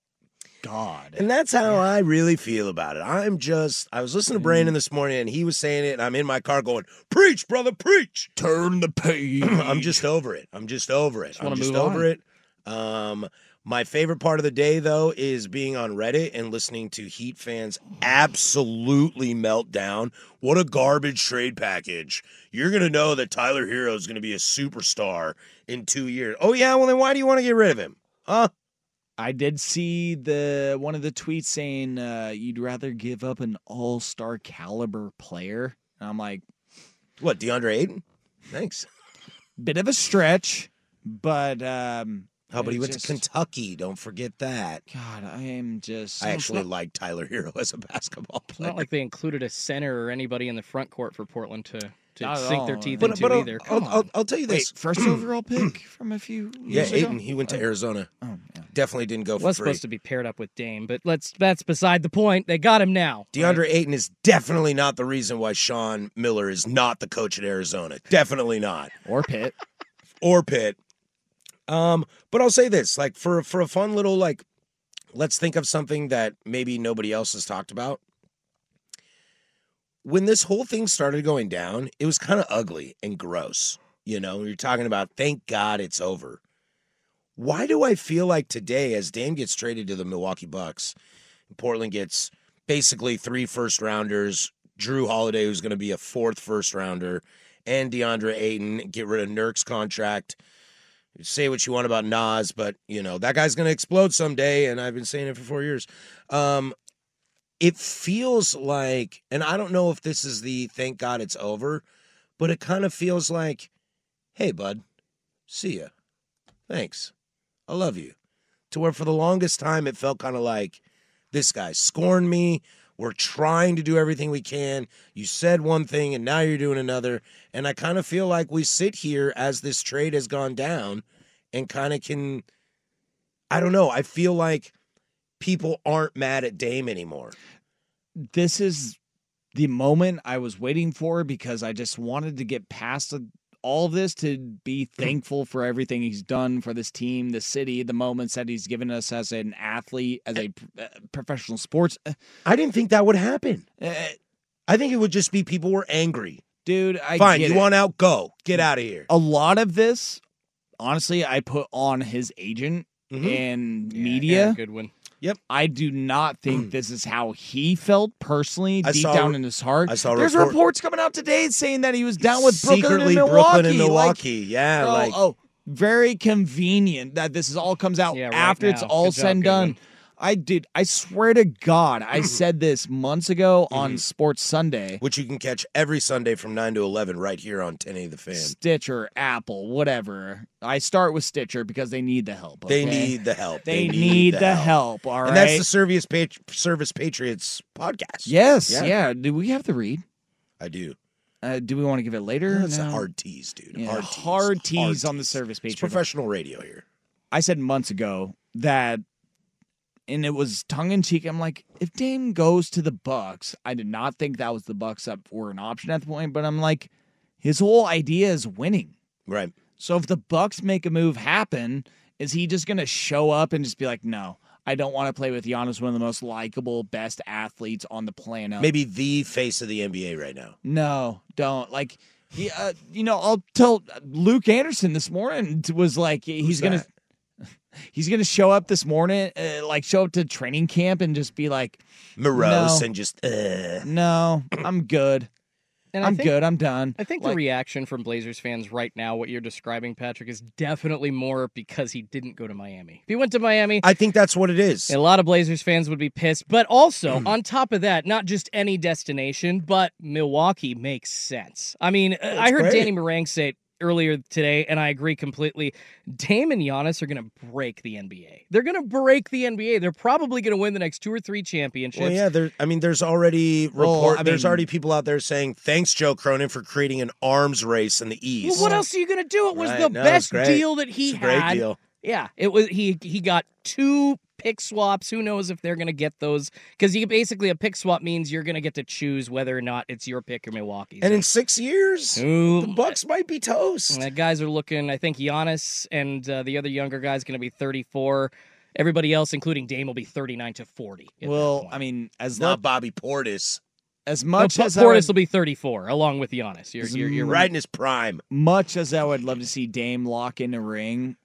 [SPEAKER 3] God.
[SPEAKER 4] And that's how I really feel about it. I'm just, I was listening to Brandon this morning and he was saying it, and I'm in my car going, Preach, brother, preach.
[SPEAKER 3] Turn the page.
[SPEAKER 4] I'm just over it. I'm just over it.
[SPEAKER 3] Just
[SPEAKER 4] I'm
[SPEAKER 3] wanna
[SPEAKER 4] just
[SPEAKER 3] move
[SPEAKER 4] over
[SPEAKER 3] on.
[SPEAKER 4] it. Um, my favorite part of the day, though, is being on Reddit and listening to Heat fans absolutely melt down. What a garbage trade package. You're going to know that Tyler Hero is going to be a superstar in two years. Oh, yeah. Well, then why do you want to get rid of him? Huh?
[SPEAKER 3] I did see the one of the tweets saying uh, you'd rather give up an all star caliber player. And I'm like,
[SPEAKER 4] what DeAndre Ayton? Thanks.
[SPEAKER 3] Bit of a stretch, but um,
[SPEAKER 4] Oh,
[SPEAKER 3] I
[SPEAKER 4] but he went
[SPEAKER 3] just-
[SPEAKER 4] to Kentucky. Don't forget that.
[SPEAKER 3] God, I am just.
[SPEAKER 4] I actually like Tyler Hero as a basketball
[SPEAKER 9] It's not
[SPEAKER 4] player.
[SPEAKER 9] like they included a center or anybody in the front court for Portland to, to
[SPEAKER 3] Not at
[SPEAKER 9] sink their
[SPEAKER 3] all.
[SPEAKER 9] teeth
[SPEAKER 3] But-
[SPEAKER 9] into
[SPEAKER 3] but I'll-
[SPEAKER 9] either.
[SPEAKER 4] I'll,
[SPEAKER 9] Come on.
[SPEAKER 4] I'll, I'll tell you
[SPEAKER 3] Wait,
[SPEAKER 4] this.
[SPEAKER 3] first overall pick from a few.
[SPEAKER 4] hmm. yeah,
[SPEAKER 3] years ago?
[SPEAKER 4] Ayton. He went to Arizona.
[SPEAKER 3] Oh, yeah.
[SPEAKER 4] Definitely didn't go for
[SPEAKER 9] was
[SPEAKER 4] free.
[SPEAKER 9] supposed to be paired up with Dame, but let's that's beside the point. They got him now.
[SPEAKER 4] DeAndre Ayton is definitely not the reason why Sean Miller is not the coach at Arizona. Definitely not.
[SPEAKER 3] Or Pitt.
[SPEAKER 4] or Pitt. Um, but I'll say this, like for for a fun little like let's think of something that maybe nobody else has talked about. When this whole thing started going down, it was kind of ugly and gross. You know, you're talking about thank God it's over. Why do I feel like today as Dame gets traded to the Milwaukee Bucks, Portland gets basically three first rounders, Drew Holiday, who's going to be a fourth first rounder, and DeAndre Ayton, get rid of Nurk's contract. Say what you want about Nas, but you know, that guy's gonna explode someday, and I've been saying it for four years. Um, it feels like, and I don't know if this is the thank God it's over, but it kind of feels like, hey, bud, see ya. Thanks. I love you. To where for the longest time it felt kind of like, this guy scorned me. We're trying to do everything we can. You said one thing and now you're doing another. And I kind of feel like we sit here as this trade has gone down and kind of can, I don't know, I feel like people aren't mad at Dame anymore.
[SPEAKER 3] this is the moment I was waiting for because I just wanted to get past all of this to be
[SPEAKER 4] Mm-hmm.
[SPEAKER 3] thankful for everything he's done for this team, the city, the moments that he's given us as an athlete, as a uh, professional sports. uh,
[SPEAKER 4] I didn't think that would happen.
[SPEAKER 3] uh,
[SPEAKER 4] I think it would just be people were angry.
[SPEAKER 3] Dude, I
[SPEAKER 4] Fine,
[SPEAKER 3] get
[SPEAKER 4] you
[SPEAKER 3] it. Mm. Oh,
[SPEAKER 4] want out? Go. Get out of here.
[SPEAKER 3] A lot of this, honestly, I put on his agent
[SPEAKER 4] Mhm.
[SPEAKER 3] and media.
[SPEAKER 9] good one.
[SPEAKER 4] Yep.
[SPEAKER 3] I do not think this is how he felt personally,
[SPEAKER 4] I
[SPEAKER 3] deep
[SPEAKER 4] saw-
[SPEAKER 3] down in his heart.
[SPEAKER 4] I saw a
[SPEAKER 3] There's
[SPEAKER 4] report-
[SPEAKER 3] reports coming out today saying that he was down with Brooklyn
[SPEAKER 4] Secretly
[SPEAKER 3] and Milwaukee.
[SPEAKER 4] Brooklyn and
[SPEAKER 3] Like,
[SPEAKER 4] Milwaukee. yeah.
[SPEAKER 3] oh,
[SPEAKER 4] like,
[SPEAKER 3] oh, very convenient that this is all comes out
[SPEAKER 4] right
[SPEAKER 3] after it's
[SPEAKER 4] now.
[SPEAKER 3] all
[SPEAKER 4] Good job,
[SPEAKER 3] said and done.
[SPEAKER 4] Goodwin.
[SPEAKER 3] I did. I swear to God, I said this months ago
[SPEAKER 4] Mm-hmm.
[SPEAKER 3] on Sports Sunday,
[SPEAKER 4] which you can catch every Sunday from 9 to 11 right here on 10 of the fan.
[SPEAKER 3] Stitcher, Apple, whatever. I start with Stitcher because they need the help.
[SPEAKER 4] They
[SPEAKER 3] okay?
[SPEAKER 4] need the help.
[SPEAKER 3] They, need the help. All right.
[SPEAKER 4] and that's the Service, Patri- Service Patriots podcast.
[SPEAKER 3] yes.
[SPEAKER 4] Yeah.
[SPEAKER 3] Yeah. Do we have the read?
[SPEAKER 4] I do.
[SPEAKER 3] Uh, do we want to give it later?
[SPEAKER 4] That's a
[SPEAKER 3] No.
[SPEAKER 4] hard tease, dude.
[SPEAKER 3] Yeah,
[SPEAKER 4] Hard, tease.
[SPEAKER 3] hard tease on the service
[SPEAKER 4] It's
[SPEAKER 3] page.
[SPEAKER 4] professional radio here.
[SPEAKER 3] I said months ago that, and it was tongue in cheek. I'm like, if Dame goes to the Bucks, I did not think that was the Bucks up for an option at the point, but I'm like, his whole idea is winning.
[SPEAKER 4] Right.
[SPEAKER 3] So if the Bucks make a move happen, is he just gonna show up and just be like, no? I don't want to play with Giannis, one of the most likable, best athletes on the planet.
[SPEAKER 4] Maybe the face of the NBA right now.
[SPEAKER 3] No, don't. Like, he, uh, you know, I'll tell uh, Luke Anderson this morning was like he's gonna he's gonna show up this morning, uh, like show up to training camp and just be like
[SPEAKER 4] Morose
[SPEAKER 3] no,
[SPEAKER 4] and just, uh,
[SPEAKER 3] no, I'm good.
[SPEAKER 9] And I
[SPEAKER 3] I'm
[SPEAKER 9] think-
[SPEAKER 3] good. I'm done.
[SPEAKER 9] I think the
[SPEAKER 3] Like,
[SPEAKER 9] reaction from Blazers fans right now, what you're describing, Patrick, is definitely more because he didn't go to Miami. If he went to Miami,
[SPEAKER 4] I think that's what it is.
[SPEAKER 9] a lot of Blazers fans would be pissed. But
[SPEAKER 3] Hmm.
[SPEAKER 9] also, on top of that, not just any destination, but Milwaukee makes sense. I mean, uh, I heard
[SPEAKER 4] great.
[SPEAKER 9] Danny Meringue say earlier today, and I agree completely. Dame and Giannis are going to break the NBA. They're going to break the NBA. They're probably going to win the next two or three championships.
[SPEAKER 4] Well, yeah, there. I mean, there's already
[SPEAKER 9] Well,
[SPEAKER 4] report.
[SPEAKER 9] I
[SPEAKER 4] there's
[SPEAKER 9] mean-
[SPEAKER 4] already people out there saying thanks, Joe Cronin, for creating an arms race in the East.
[SPEAKER 9] Well, what else are you going to do? It was
[SPEAKER 4] Right,
[SPEAKER 9] the
[SPEAKER 4] no, it's
[SPEAKER 9] best
[SPEAKER 4] great.
[SPEAKER 9] deal that he
[SPEAKER 4] It's a great
[SPEAKER 9] had.
[SPEAKER 4] deal.
[SPEAKER 9] Yeah, it was. He he got two pick swaps. Who knows if they're going to get those? Because you basically a pick swap means you're going to get to choose whether or not it's your pick or Milwaukee's.
[SPEAKER 4] And in six years,
[SPEAKER 9] Ooh.
[SPEAKER 4] the Bucks might be toast.
[SPEAKER 9] The guys are looking. I think Giannis and uh, the other younger guy's going to be 34. Everybody else, including Dame, will be 39 to 40.
[SPEAKER 3] Well, I mean, as
[SPEAKER 4] not Bobby Portis,
[SPEAKER 3] as much
[SPEAKER 9] no,
[SPEAKER 3] as I
[SPEAKER 9] Portis
[SPEAKER 3] would-
[SPEAKER 9] will be 34 along with Giannis. You're,
[SPEAKER 3] As
[SPEAKER 9] you're, you're
[SPEAKER 3] right in
[SPEAKER 4] his prime.
[SPEAKER 3] much as I would love to see Dame lock in a ring,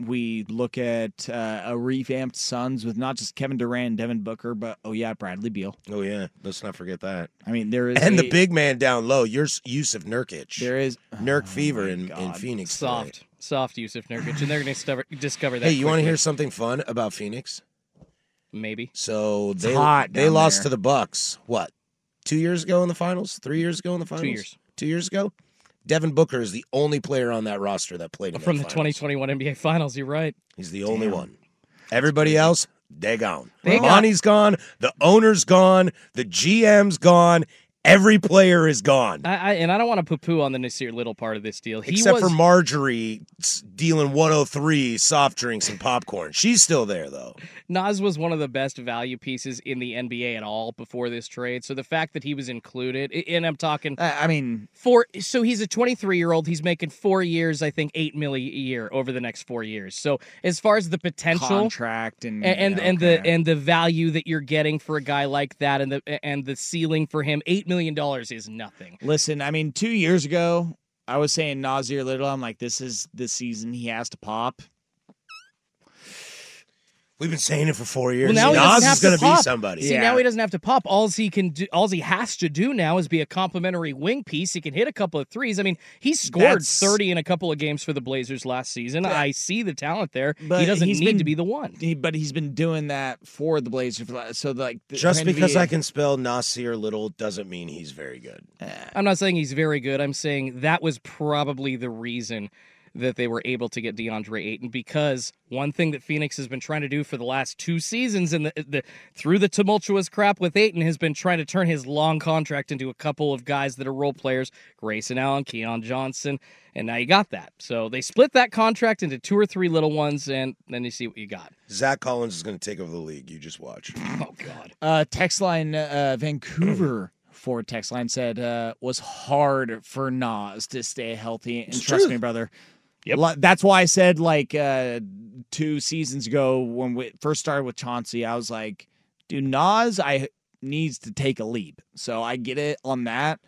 [SPEAKER 3] we look at uh, a revamped Suns with not just Kevin Durant and Devin Booker, but oh yeah, Bradley Beal.
[SPEAKER 4] Oh yeah, let's not forget that.
[SPEAKER 3] I mean, there is
[SPEAKER 4] and
[SPEAKER 3] a-
[SPEAKER 4] the big man down low, yours Yusuf Nurkic. There
[SPEAKER 3] is
[SPEAKER 4] Nurk fever in, in Phoenix. today.
[SPEAKER 9] Oh soft, soft Yusuf Nurkic, and they're going to discover that.
[SPEAKER 4] Hey, you want to
[SPEAKER 9] quickly.
[SPEAKER 4] hear something fun about Phoenix?
[SPEAKER 9] Maybe.
[SPEAKER 4] So
[SPEAKER 9] It's
[SPEAKER 4] they
[SPEAKER 9] hot
[SPEAKER 4] they
[SPEAKER 9] down
[SPEAKER 4] lost
[SPEAKER 9] there.
[SPEAKER 4] to the Bucks. What? Two years ago in the finals? Three years ago in the finals?
[SPEAKER 9] years.
[SPEAKER 4] Two years ago. Devin Booker is the only player on that roster that played in
[SPEAKER 9] from the
[SPEAKER 4] that final.
[SPEAKER 9] 2021 NBA Finals? You're right.
[SPEAKER 4] He's the only one. Everybody else, they gone.
[SPEAKER 9] They got-
[SPEAKER 4] Monty's gone. The owner's gone. The GM's gone. Every player is gone.
[SPEAKER 9] I, I, and I don't want to poo-poo on the Nasir Little part of this deal. He
[SPEAKER 4] Except
[SPEAKER 9] was,
[SPEAKER 4] for Marjorie s- dealing 103 soft drinks and popcorn. She's still there, though.
[SPEAKER 9] Nas was one of the best value pieces in the NBA at all before this trade. So the fact that he was included, i- and I'm talking,
[SPEAKER 3] I mean,
[SPEAKER 9] four. So he's a 23 year old. He's making four years, I think, eight milli a year over the next four years. So as far as the potential
[SPEAKER 3] contract and
[SPEAKER 9] A- and
[SPEAKER 3] yeah,
[SPEAKER 9] and
[SPEAKER 3] okay.
[SPEAKER 9] the and the value that you're getting for a guy like that, and the and the ceiling for him, eight million dollars is nothing.
[SPEAKER 3] Listen, I mean, two years ago, I was saying Nazir Little. I'm like, this is the season he has to pop.
[SPEAKER 4] We've been saying it for four years.
[SPEAKER 9] Well, now he doesn't
[SPEAKER 4] Nas
[SPEAKER 9] have
[SPEAKER 4] is going
[SPEAKER 9] to
[SPEAKER 4] to be
[SPEAKER 9] pop.
[SPEAKER 4] somebody.
[SPEAKER 9] See, now he doesn't have to pop. All he can do, all he has to do now is be a complimentary wing piece. He can hit a couple of threes. I mean, he scored
[SPEAKER 3] That's-
[SPEAKER 9] thirty in a couple of games for the Blazers last season. I see the talent there.
[SPEAKER 3] But
[SPEAKER 9] he doesn't
[SPEAKER 3] he's
[SPEAKER 9] need
[SPEAKER 3] been-
[SPEAKER 9] to be the one.
[SPEAKER 3] He, but he's been doing that for the Blazers. for the- So like, the-
[SPEAKER 4] Just
[SPEAKER 3] Renvi-
[SPEAKER 4] because I can spell Nasir Little doesn't mean he's very good.
[SPEAKER 9] I'm not saying he's very good. I'm saying that was probably the reason that they were able to get DeAndre Ayton because one thing that Phoenix has been trying to do for the last two seasons and the, the through the tumultuous crap with Ayton has been trying to turn his long contract into a couple of guys that are role players, Grayson Allen, Keon Johnson, and now you got that. So they split that contract into two or three little ones and then you see what you got.
[SPEAKER 4] Zach Collins is going to take over the league. You just watch.
[SPEAKER 9] Oh God.
[SPEAKER 3] Uh, text line uh, Vancouver for text line said uh, was hard for Nas to stay healthy. And
[SPEAKER 9] It's
[SPEAKER 3] trust
[SPEAKER 9] true.
[SPEAKER 3] me, brother. Yep. That's why I said like uh, two seasons ago when we first started with Chauncey, I was like, dude, Nas, I needs to take a leap. So I get it on that.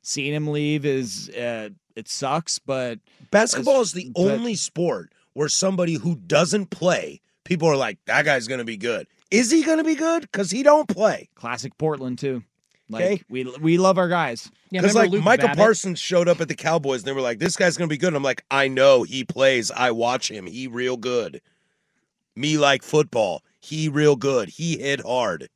[SPEAKER 3] Seeing him leave is uh, it sucks, but
[SPEAKER 4] Basketball is the
[SPEAKER 3] but-
[SPEAKER 4] only sport where somebody who doesn't play, people are like, that guy's going to be good. Is he going to be good? Because he don't play.
[SPEAKER 3] classic Portland too. Like
[SPEAKER 4] Okay.
[SPEAKER 3] we we love our guys.
[SPEAKER 4] Because like Michael Parsons showed up at the Cowboys, and they were like, "This guy's gonna be good." And I'm like, "I know he plays. I watch him. He real good. Me like football. He real good. He hit hard."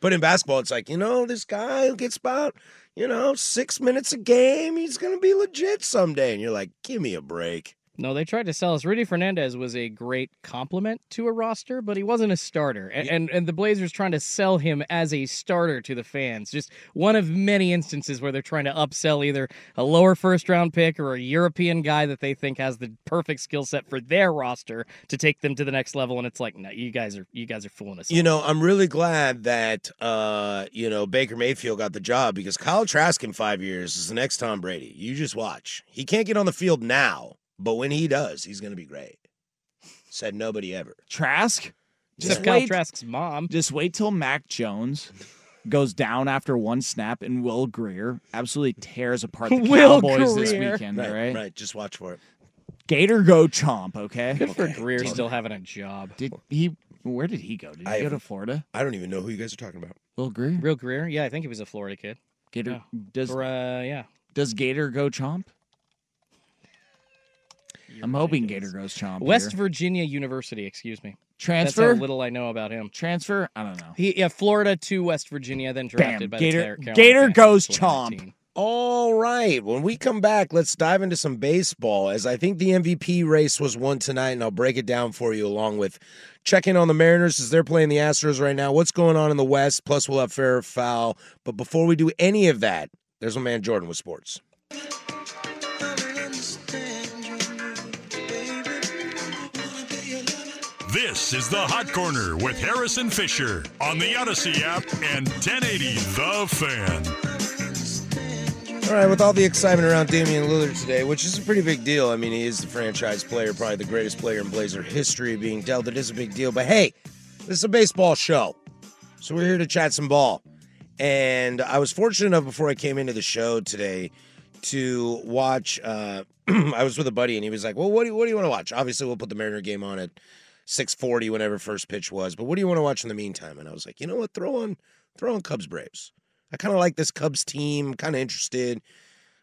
[SPEAKER 4] But in basketball, it's like you know, this guy who gets about you know six minutes a game, he's gonna be legit someday. And you're like, "Give me a break."
[SPEAKER 9] No, they tried to sell us. Rudy Fernandez was a great complement to a roster, but he wasn't a starter. And, and and the Blazers trying to sell him as a starter to the fans. Just one of many instances where they're trying to upsell either a lower first round pick or a European guy that they think has the perfect skill set for their roster to take them to the next level. And it's like, no, you guys are you guys are fooling us.
[SPEAKER 4] You know, I'm really glad that uh, you know Baker Mayfield got the job because Kyle Trask in five years is the next Tom Brady. You just watch. He can't get on the field now, but when he does, he's going to be great. Said nobody ever.
[SPEAKER 3] Trask.
[SPEAKER 9] Except Kyle Trask's mom.
[SPEAKER 3] Just wait till Mac Jones goes down after one snap and Will Greer absolutely tears apart the
[SPEAKER 9] Will
[SPEAKER 3] Cowboys this
[SPEAKER 9] Greer.
[SPEAKER 3] weekend,
[SPEAKER 4] right,
[SPEAKER 3] right?
[SPEAKER 4] right, Just watch for it.
[SPEAKER 3] Gator go chomp, okay?
[SPEAKER 9] Good for Greer still having a job.
[SPEAKER 3] Did he where did he go? Did he
[SPEAKER 9] I
[SPEAKER 3] go to
[SPEAKER 9] haven't-
[SPEAKER 3] Florida?
[SPEAKER 4] I don't even know who you guys are talking about.
[SPEAKER 3] Will Greer?
[SPEAKER 9] Real Greer? Yeah, I think he was a Florida kid.
[SPEAKER 3] Gator
[SPEAKER 9] Yeah.
[SPEAKER 3] does
[SPEAKER 9] Or, uh, yeah.
[SPEAKER 3] does Gator go chomp? I'm hoping Gator goes chomp.
[SPEAKER 9] West
[SPEAKER 3] here.
[SPEAKER 9] Virginia University, excuse me.
[SPEAKER 3] Transfer?
[SPEAKER 9] That's how little I know about him.
[SPEAKER 3] Transfer? I don't know.
[SPEAKER 9] He yeah, Florida to West Virginia, then drafted
[SPEAKER 3] Bam.
[SPEAKER 9] by
[SPEAKER 3] Gator
[SPEAKER 9] the Car- Carolina
[SPEAKER 3] Gator
[SPEAKER 9] Panthers
[SPEAKER 3] goes
[SPEAKER 9] in 2019.
[SPEAKER 3] chomp.
[SPEAKER 4] All right. When we come back, let's dive into some baseball as I think the MVP race was won tonight, and I'll break it down for you along with checking on the Mariners as they're playing the Astros right now. What's going on in the West? Plus, we'll have fair or foul. But before we do any of that, there's my man Jordan with sports.
[SPEAKER 5] This is the Hot Corner with Harrison Fisher on the Odyssey app and 1080 The Fan.
[SPEAKER 4] All right, with all the excitement around Damian Lillard today, which is a pretty big deal. I mean, he is the franchise player, probably the greatest player in Blazer history being dealt. It is a big deal. But hey, this is a baseball show. So we're here to chat some ball. And I was fortunate enough before I came into the show today to watch. Uh, I was with a buddy, and he was like, "Well, what do you, what do you want to watch?" Obviously, we'll put the Mariner game on at six forty, whenever first pitch was. But what do you want to watch in the meantime? And I was like, "You know what? Throw on throw on Cubs Braves. I kind of like this Cubs team. Kind of interested.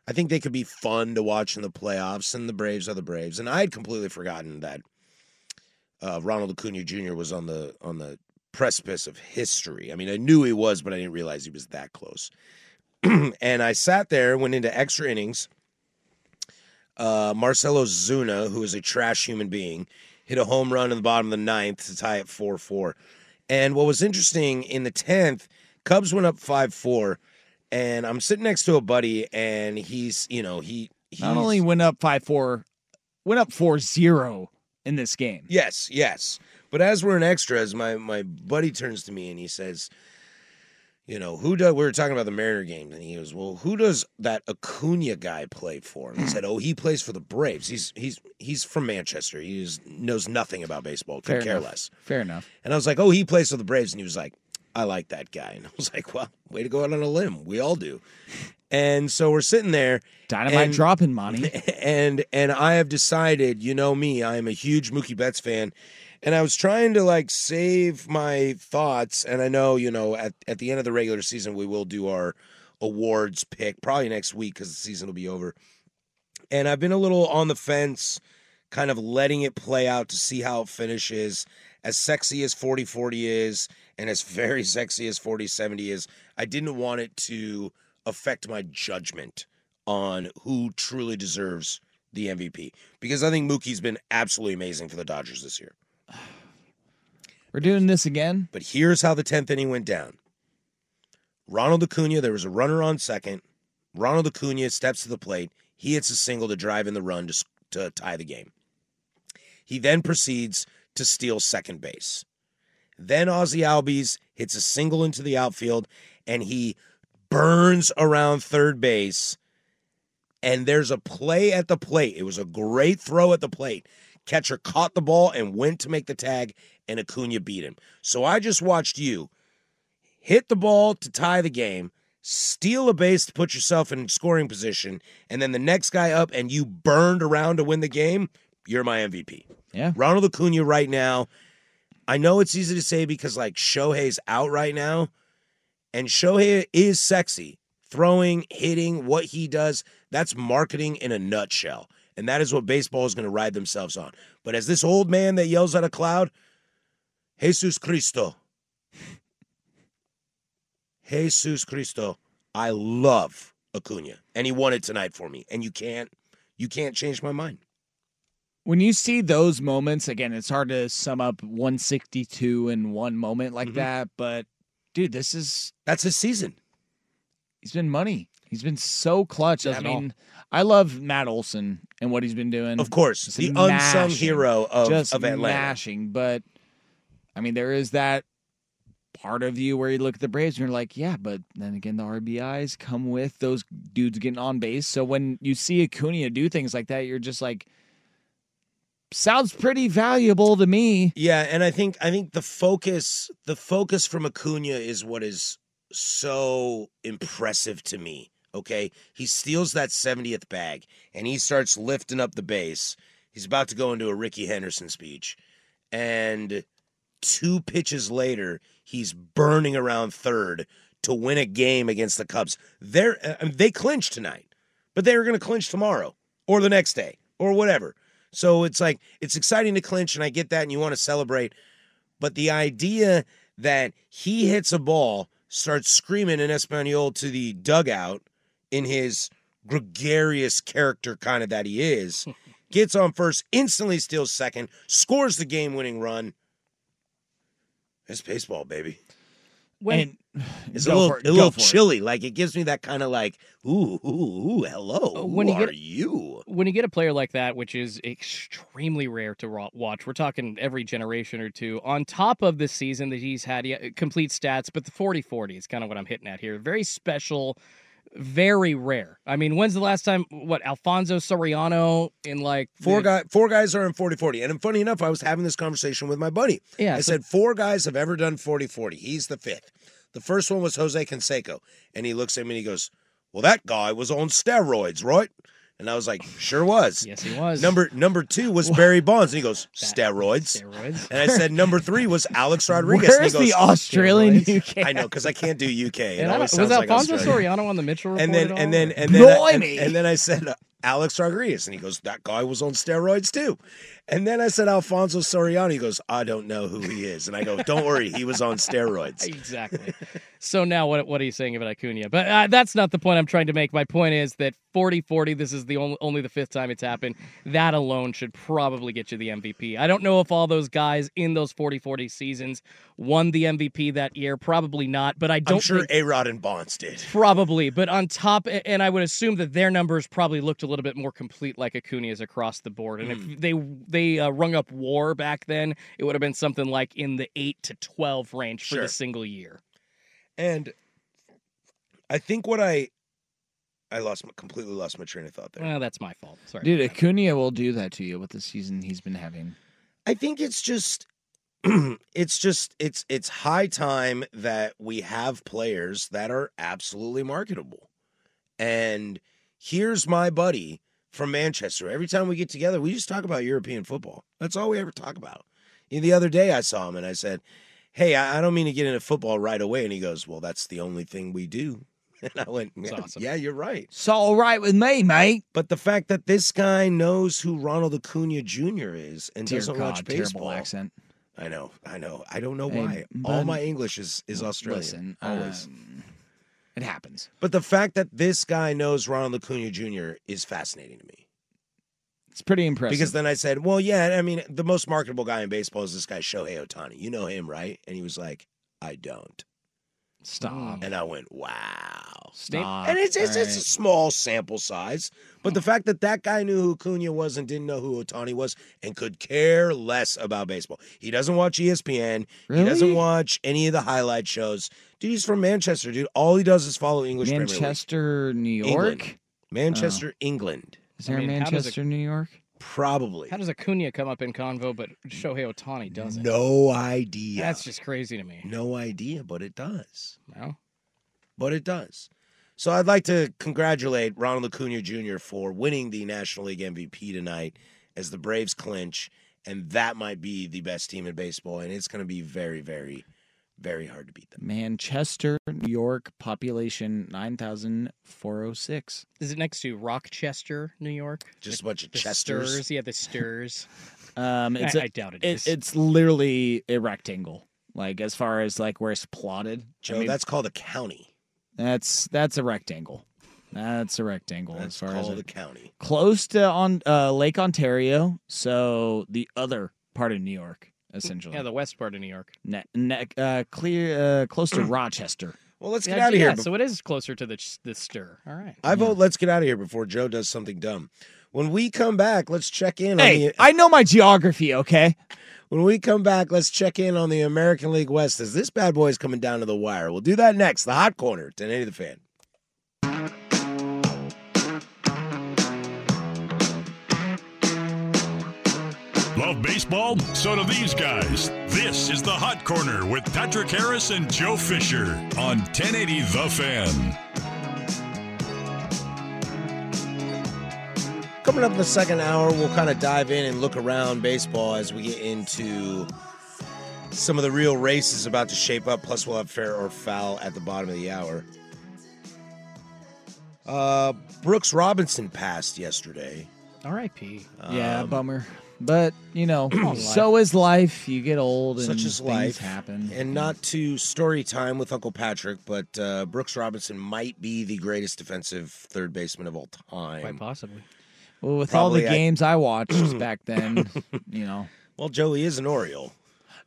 [SPEAKER 4] I think they could be fun to watch in the playoffs. And the Braves are the Braves. And I had completely forgotten that uh, Ronald Acuna Jr. was on the on the precipice of history. I mean, I knew he was, but I didn't realize he was that close. and I sat there, went into extra innings. Uh, Marcelo Zuna, who is a trash human being, hit a home run in the bottom of the ninth to tie it 4 4. And what was interesting in the 10th, Cubs went up 5 4. And I'm sitting next to a buddy, and he's, you know, he. He's,
[SPEAKER 3] Not only went up 5 4, went up 4 0 in this game.
[SPEAKER 4] Yes, yes. But as we're in extras, my my buddy turns to me and he says, "You know, who does?" We were talking about the Mariner game, and he goes, "Well, who does that Acuna guy play for?"
[SPEAKER 3] Hmm.
[SPEAKER 4] And I said, "Oh, he plays for the Braves. He's he's he's from Manchester. He is, knows nothing about baseball. Could
[SPEAKER 3] Fair
[SPEAKER 4] care
[SPEAKER 3] enough.
[SPEAKER 4] less."
[SPEAKER 3] Fair enough.
[SPEAKER 4] And I was like, "Oh, he plays for the Braves," and he was like, "I like that guy." And I was like, "Well, way to go out on a limb. We all do." And so we're sitting there,
[SPEAKER 3] Dynamite
[SPEAKER 4] and-
[SPEAKER 3] dropping money.
[SPEAKER 4] and and I have decided, you know me, I am a huge Mookie Betts fan, and I was trying to like save my thoughts. And I know, you know, at at the end of the regular season, we will do our awards pick probably next week because the season will be over. And I've been a little on the fence, kind of letting it play out to see how it finishes. As sexy as 40 40 is, and as very sexy as 40 70 is, I didn't want it to affect my judgment on who truly deserves the MVP because I think Mookie's been absolutely amazing for the Dodgers this year.
[SPEAKER 3] We're doing this again.
[SPEAKER 4] But here's how the 10th inning went down Ronald Acuna, there was a runner on second. Ronald Acuna steps to the plate. He hits a single to drive in the run to, s- to tie the game. He then proceeds to steal second base. Then Ozzy Albies hits a single into the outfield and he burns around third base. And there's a play at the plate. It was a great throw at the plate. Catcher caught the ball and went to make the tag, and Acuna beat him. So I just watched you hit the ball to tie the game, steal a base to put yourself in scoring position, and then the next guy up and you burned around to win the game. You're my MVP.
[SPEAKER 3] Yeah.
[SPEAKER 4] Ronald Acuna right now. I know it's easy to say because like Shohei's out right now, and Shohei is sexy. Throwing, hitting, what he does, that's marketing in a nutshell. And that is what baseball is going to ride themselves on. But as this old man that yells at a cloud, Jesus Cristo. Jesus Cristo. I love Acuna. And he won it tonight for me. And you can't you can't change my mind.
[SPEAKER 3] when you see those moments again it's hard to sum up 162 in one moment like
[SPEAKER 4] Mhm.
[SPEAKER 3] that but dude this is
[SPEAKER 4] that's his season
[SPEAKER 3] he's been money he's been so clutch i
[SPEAKER 4] Doesn't it all.
[SPEAKER 3] mean i love matt olson and what he's been doing
[SPEAKER 4] Of course,
[SPEAKER 3] Just
[SPEAKER 4] the unsung
[SPEAKER 3] mashing,
[SPEAKER 4] hero of-
[SPEAKER 3] just
[SPEAKER 4] of Atlanta.
[SPEAKER 3] mashing but i mean there is that part of you where you look at the braves and you're like yeah but then again the rbis come with those dudes getting on base so when you see acuna do things like that you're just like sounds pretty valuable to me.
[SPEAKER 4] Yeah, and I think I think the focus the focus from Acuna is what is so impressive to me. Okay, he steals that seventieth bag and he starts lifting up the base. He's about to go into a Ricky Henderson speech, and two pitches later, he's burning around third to win a game against the Cubs. They're uh, they clinched tonight, but they were going to clinch tomorrow or the next day or whatever. So it's like it's exciting to clinch, and I get that, and you want to celebrate. But the idea that he hits a ball, starts screaming in Espanol to the dugout, in his gregarious character kind of that he is, gets on first, instantly steals second, scores the game winning run. It's baseball, baby.
[SPEAKER 3] When-
[SPEAKER 4] And it's a
[SPEAKER 3] Go
[SPEAKER 4] little,
[SPEAKER 3] for it,
[SPEAKER 4] a
[SPEAKER 3] go
[SPEAKER 4] little
[SPEAKER 3] for it.
[SPEAKER 4] chilly. Like it gives me that kind of like, ooh, ooh, ooh, hello.
[SPEAKER 9] Oh, When
[SPEAKER 4] who
[SPEAKER 9] you get-
[SPEAKER 4] are you?
[SPEAKER 9] When you get a player like that, which is extremely rare to ro- watch, we're talking every generation or two. On top of this season that he's had yeah, complete stats, but the 40 40 is kind of what I'm hitting at here. Very special, very rare. I mean, when's the last time, what, Alfonso Soriano in like the-
[SPEAKER 4] Four guy, four guys are in 40-40. And funny enough, I was having this conversation with my buddy.
[SPEAKER 9] Yeah,
[SPEAKER 4] I
[SPEAKER 9] so-
[SPEAKER 4] said four guys have ever done 40-40. He's the fifth. The first one was Jose Canseco, and he looks at me and he goes, "Well, that guy was on steroids, right?" And I was like, "Sure was."
[SPEAKER 9] yes, he was.
[SPEAKER 4] Number number two was Barry Bonds, and he goes, "Steroids."
[SPEAKER 9] Steroids.
[SPEAKER 4] And I said, "Number three was Alex Rodriguez." and he
[SPEAKER 3] Where's the
[SPEAKER 4] goes,
[SPEAKER 3] Australian UK?
[SPEAKER 4] I know because I can't do UK. It
[SPEAKER 9] And I don't-
[SPEAKER 4] always
[SPEAKER 9] was
[SPEAKER 4] sounds like
[SPEAKER 9] Alfonso
[SPEAKER 4] Australia.
[SPEAKER 9] Soriano on the Mitchell report?
[SPEAKER 4] And then,
[SPEAKER 9] at all?
[SPEAKER 4] and then, and then, I, and,
[SPEAKER 9] Blimey.
[SPEAKER 4] and then I said uh, Alex Rodriguez, and he goes, "That guy was on steroids too." And then I said Alfonso Soriano. He goes, "I don't know who he is," and I go, "Don't worry, he was on steroids."
[SPEAKER 9] Exactly. so now what what are you saying about Acuna? But uh, that's not the point I'm trying to make. My point is that 40-40, this is the only, only the fifth time it's happened. That alone should probably get you the MVP. I don't know if all those guys in those 40-40 seasons won the MVP that year. Probably not. But I don't
[SPEAKER 4] I'm sure
[SPEAKER 9] think-
[SPEAKER 4] A Rod and Bonds did.
[SPEAKER 9] Probably, but on top, and I would assume that their numbers probably looked a little bit more complete, like Acuna's across the board. And
[SPEAKER 4] Hmm.
[SPEAKER 9] if they they uh, rung up WAR back then, it would have been something like in the eight to twelve range for
[SPEAKER 4] Sure.
[SPEAKER 9] the single year.
[SPEAKER 4] And I think what I, I lost my, completely lost my train of thought there.
[SPEAKER 9] Well, that's my fault. Sorry,
[SPEAKER 3] Dude, Acuna will do that to you with the season he's been having.
[SPEAKER 4] I think it's just it's just it's it's high time that we have players that are absolutely marketable. And here's my buddy from Manchester. Every time we get together, we just talk about European football. That's all we ever talk about. And the other day I saw him and I said, Hey, I, I don't mean to get into football right away. And he goes, Well, that's the only thing we do. And I went, Yeah, yeah you're right.
[SPEAKER 3] It's all right with me, mate.
[SPEAKER 4] But the fact that this guy knows who Ronald Acuna Jr. is and
[SPEAKER 3] Dear
[SPEAKER 4] doesn't
[SPEAKER 3] God,
[SPEAKER 4] watch
[SPEAKER 3] terrible
[SPEAKER 4] baseball
[SPEAKER 3] accent.
[SPEAKER 4] I know, I know, I don't know
[SPEAKER 3] Hey,
[SPEAKER 4] why. All
[SPEAKER 3] bud,
[SPEAKER 4] my English is is Australian.
[SPEAKER 3] listen, um,
[SPEAKER 4] always.
[SPEAKER 3] It happens.
[SPEAKER 4] but the fact that this guy knows Ronald Acuna Jr. is fascinating to me
[SPEAKER 3] It's pretty impressive.
[SPEAKER 4] because then I said, "Well, yeah, I mean, the most marketable guy in baseball is this guy Shohei Otani. You know him, right?" And he was like, "I don't."
[SPEAKER 3] Stop.
[SPEAKER 4] And I went, "Wow."
[SPEAKER 3] Stop.
[SPEAKER 4] And it's it's, it's
[SPEAKER 3] All
[SPEAKER 4] a
[SPEAKER 3] right.
[SPEAKER 4] small sample size, but the fact that that guy knew who Acuna was and didn't know who Otani was and could care less about baseball. He doesn't watch E ESPN. He doesn't
[SPEAKER 3] Really?
[SPEAKER 4] watch any of the highlight shows. Dude, he's from Manchester, dude. All he does is follow English Premier League.
[SPEAKER 3] Manchester, New York. Oh.
[SPEAKER 4] England. Manchester, England.
[SPEAKER 3] Is there
[SPEAKER 9] I mean,
[SPEAKER 3] a
[SPEAKER 9] how does
[SPEAKER 3] Manchester, New York?
[SPEAKER 4] Probably.
[SPEAKER 9] How does Acuna come up in convo, but Shohei Otani doesn't?
[SPEAKER 4] No idea.
[SPEAKER 9] that's just crazy to me.
[SPEAKER 4] no idea, but it does.
[SPEAKER 9] No,
[SPEAKER 4] but it does. So I'd like to congratulate Ronald Acuna Jr. for winning the National League MVP tonight as the Braves clinch, and that might be the best team in baseball, and it's going to be very, very, very hard to beat them.
[SPEAKER 3] Manchester, New York, population 9,406.
[SPEAKER 9] is it next to Rochester, New York?
[SPEAKER 4] Just a bunch of
[SPEAKER 9] The
[SPEAKER 4] Chesters.
[SPEAKER 9] Stirs, yeah, the Stirs.
[SPEAKER 3] Um, it's
[SPEAKER 9] I-
[SPEAKER 3] a-
[SPEAKER 9] I doubt it is.
[SPEAKER 3] It's literally a rectangle. Like as far as like where it's plotted. I
[SPEAKER 4] Joe,
[SPEAKER 3] mean,
[SPEAKER 4] that's called a county.
[SPEAKER 3] that's that's a rectangle. That's a rectangle
[SPEAKER 4] That's
[SPEAKER 3] as far as
[SPEAKER 4] called
[SPEAKER 3] it-
[SPEAKER 4] a county.
[SPEAKER 3] close to on uh, Lake Ontario, so the other part of New York essentially.
[SPEAKER 9] yeah, the west part of New York.
[SPEAKER 3] ne- ne- uh, clear uh, close to Rochester.
[SPEAKER 4] Well, let's get
[SPEAKER 9] Yeah,
[SPEAKER 4] out of here.
[SPEAKER 9] yeah,
[SPEAKER 4] bef-
[SPEAKER 9] So it is closer to the the Stir. All right.
[SPEAKER 4] I vote let's get out of here before Joe does something dumb. When we come back, let's check in on
[SPEAKER 3] Hey,
[SPEAKER 4] the uh,
[SPEAKER 3] I know my geography, okay?
[SPEAKER 4] When we come back, let's check in on the American League West as this bad boy is coming down to the wire. We'll do that next. The Hot Corner, 1080 The Fan.
[SPEAKER 5] Love baseball? So do these guys. This is the Hot Corner with Patrick Harris and Joe Fisher on 1080 The Fan.
[SPEAKER 4] Coming up in the second hour, we'll kind of dive in and look around baseball as we get into some of the real races about to shape up. Plus, we'll have fair or foul at the bottom of the hour. Uh, Brooks Robinson passed yesterday.
[SPEAKER 9] R.I.P.
[SPEAKER 3] yeah,
[SPEAKER 4] Um,
[SPEAKER 3] bummer. But you know, so is life. You get old, and
[SPEAKER 4] Such is
[SPEAKER 3] things
[SPEAKER 4] life.
[SPEAKER 3] happen.
[SPEAKER 4] And not to story time with Uncle Patrick, but uh, Brooks Robinson might be the greatest defensive third baseman of all time. Quite
[SPEAKER 9] possibly.
[SPEAKER 3] Well, with all the
[SPEAKER 4] Probably I-
[SPEAKER 3] games I watched back then, you know.
[SPEAKER 4] Well, Joey is an Oriole.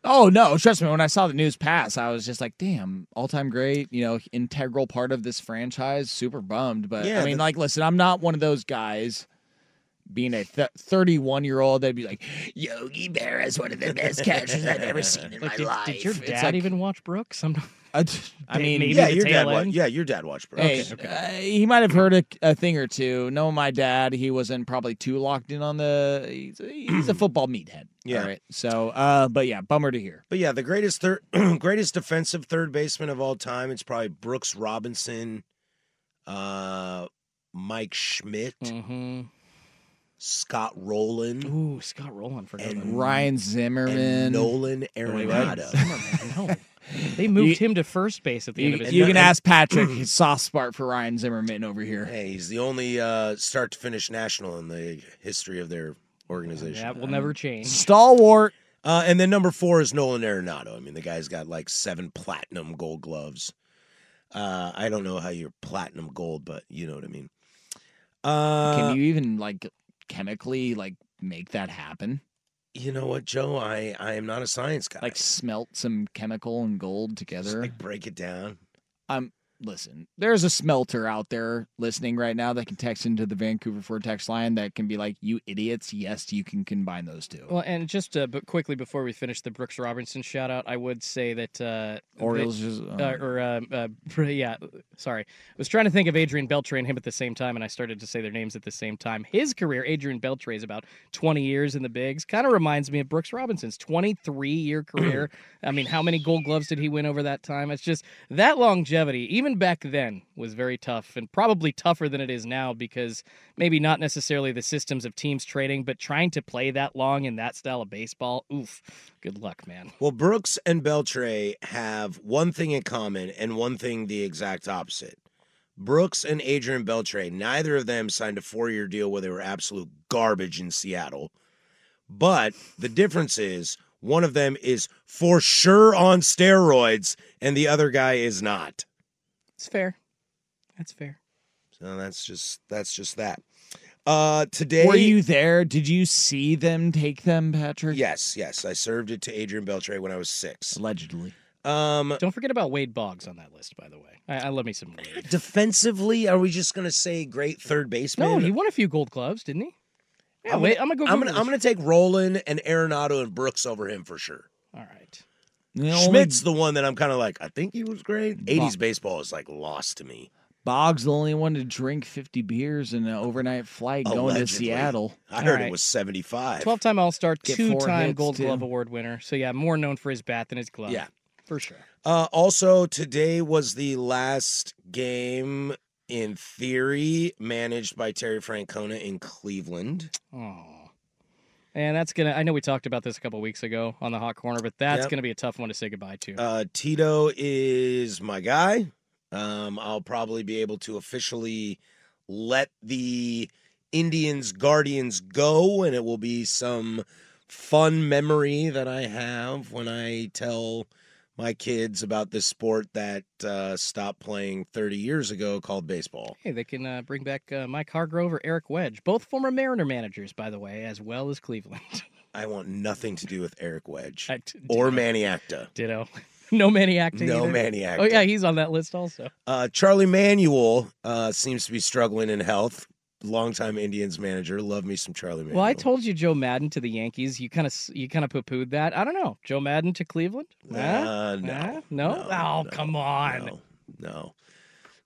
[SPEAKER 3] Oh no, trust me. When I saw the news pass, I was just like, "Damn, all-time great!" You know, integral part of this franchise. Super bummed, but
[SPEAKER 4] Yeah,
[SPEAKER 3] I mean,
[SPEAKER 4] the-
[SPEAKER 3] like, listen, I'm not one of those guys. Being a th- 31 year old, they'd be like, Yogi Berra is one of the best catchers I've ever seen in
[SPEAKER 9] Like,
[SPEAKER 3] my
[SPEAKER 9] did,
[SPEAKER 3] life.
[SPEAKER 9] did your
[SPEAKER 3] It's
[SPEAKER 9] dad
[SPEAKER 3] like-
[SPEAKER 9] even watch Brooks? I'm not,
[SPEAKER 3] I, d- I
[SPEAKER 9] Maybe
[SPEAKER 3] mean,
[SPEAKER 9] the tail
[SPEAKER 4] wa-
[SPEAKER 9] end?
[SPEAKER 4] yeah, your dad watched Brooks.
[SPEAKER 3] Hey, uh, he might have heard a, a thing or two. Knowing my dad, he wasn't probably too locked in on the. He's, he's a football meathead.
[SPEAKER 4] Yeah.
[SPEAKER 3] All right. So, uh, but yeah, bummer to hear.
[SPEAKER 4] But yeah, the greatest third, greatest defensive third baseman of all time. It's probably Brooks Robinson, uh, Mike Schmidt, Scott Rowland.
[SPEAKER 9] Mm-hmm. Ooh, Scott Rowland for
[SPEAKER 4] and
[SPEAKER 3] Mm-hmm. Ryan Zimmerman,
[SPEAKER 4] and Nolan
[SPEAKER 3] Wait, what?
[SPEAKER 4] Arenado.
[SPEAKER 9] They moved
[SPEAKER 3] You-
[SPEAKER 9] him to first base at the end
[SPEAKER 3] You,
[SPEAKER 9] of his.
[SPEAKER 3] you can
[SPEAKER 9] career.
[SPEAKER 3] ask Patrick. He's soft spot for Ryan Zimmerman over here.
[SPEAKER 4] Hey, he's the only uh, start to finish national in the history of their organization.
[SPEAKER 9] That will never change.
[SPEAKER 3] Stalwart.
[SPEAKER 4] Uh, and then number four is Nolan Arenado. I mean, the guy's got like seven platinum gold gloves. Uh, I don't know how you're platinum gold, but you know what I mean. Uh,
[SPEAKER 3] Can you even like chemically like make that happen?
[SPEAKER 4] You know what, Joe? I I am not a science guy.
[SPEAKER 3] Like smelt some chemical and gold together.
[SPEAKER 4] like break it down.
[SPEAKER 3] Um, listen, there's a smelter out there listening right now that can text into the Vancouver Ford text line that can be like, "You idiots! Yes, you can combine those two.
[SPEAKER 9] Well, and just uh, but quickly before we finish the Brooks Robinson shout out, I would say that uh,
[SPEAKER 3] Orioles
[SPEAKER 9] that-
[SPEAKER 3] is-
[SPEAKER 9] uh, or uh, uh, yeah, sorry, I was trying to think of Adrian Beltre and him at the same time, and I started to say their names at the same time. His career, Adrian Beltre, is about twenty years in the bigs. Kind of reminds me of Brooks Robinson's twenty-three year career. I mean, how many Gold Gloves did he win over that time? It's just that longevity, even back then, was very tough and probably tougher than it is now because maybe not necessarily the systems of teams trading, but trying to play that long in that style of baseball. Oof, good luck, man.
[SPEAKER 4] Well, Brooks and Beltray have one thing in common and one thing the exact opposite. Brooks and Adrian Beltray, neither of them signed a four year deal where they were absolute garbage in Seattle. But the difference is one of them is for sure on steroids and the other guy is not.
[SPEAKER 9] It's fair. That's fair.
[SPEAKER 4] So that's just that's just that. Uh today
[SPEAKER 3] Were you there? Did you see them take them, Patrick?
[SPEAKER 4] Yes, yes. I served it to Adrian Beltray when I was six.
[SPEAKER 3] Allegedly.
[SPEAKER 4] Um
[SPEAKER 9] Don't forget about Wade Boggs on that list, by the way. I, I love me some Wade.
[SPEAKER 4] defensively, are we just gonna say great third baseman?
[SPEAKER 9] No, he won a few Gold Gloves, didn't he? Yeah,
[SPEAKER 4] I'm
[SPEAKER 9] wait,
[SPEAKER 4] gonna-
[SPEAKER 9] I'm gonna go.
[SPEAKER 4] I'm
[SPEAKER 9] Google
[SPEAKER 4] gonna, I'm
[SPEAKER 9] this.
[SPEAKER 4] gonna take Roland and Arenado and Brooks over him for sure.
[SPEAKER 9] All right.
[SPEAKER 4] Schmidt's the one that I'm kind of like. I think he was great. 80s baseball is like lost to me.
[SPEAKER 3] Boggs the only one to drink 50 beers in an overnight flight going to
[SPEAKER 4] Allegedly.
[SPEAKER 3] Seattle.
[SPEAKER 4] I heard it was 75.
[SPEAKER 9] 12 time All Star,
[SPEAKER 3] Get
[SPEAKER 9] two
[SPEAKER 3] four
[SPEAKER 9] time
[SPEAKER 3] hits,
[SPEAKER 9] Gold
[SPEAKER 3] too.
[SPEAKER 9] Glove Award winner. So, yeah, more known for his bat than his glove.
[SPEAKER 4] Yeah.
[SPEAKER 9] For sure.
[SPEAKER 4] Uh, also, today was the last game in theory managed by Terry Francona in Cleveland.
[SPEAKER 9] Oh. And that's going to, I know we talked about this a couple weeks ago on the Hot Corner, but that's
[SPEAKER 4] Yep.
[SPEAKER 9] going to be a tough one to say goodbye to.
[SPEAKER 4] Uh, Tito is my guy. Um, I'll probably be able to officially let the Indians Guardians go, and it will be some fun memory that I have when I tell my kids about this sport that uh, stopped playing 30 years ago called baseball.
[SPEAKER 9] hey, they can uh, bring back uh, Mike Hargrove or Eric Wedge, both former Mariner managers, by the way, as well as Cleveland.
[SPEAKER 4] I want nothing to do with Eric Wedge
[SPEAKER 9] I d-
[SPEAKER 4] or
[SPEAKER 9] ditto.
[SPEAKER 4] Manny Acta.
[SPEAKER 9] Ditto. no Manny acting.
[SPEAKER 4] No
[SPEAKER 9] either.
[SPEAKER 4] Manny
[SPEAKER 9] Oh, yeah,
[SPEAKER 4] Acta.
[SPEAKER 9] he's on that list also.
[SPEAKER 4] Uh, Charlie Manuel uh, seems to be struggling in health. Longtime Indians manager. Love me some Charlie Manuel.
[SPEAKER 9] Well, I told you Joe Madden to the Yankees. You kind of you kind of poo pooed that. I don't know. Joe Madden to Cleveland? Nah?
[SPEAKER 4] Uh, no,
[SPEAKER 9] Nah? no,
[SPEAKER 4] no,
[SPEAKER 9] Oh, come on.
[SPEAKER 4] No.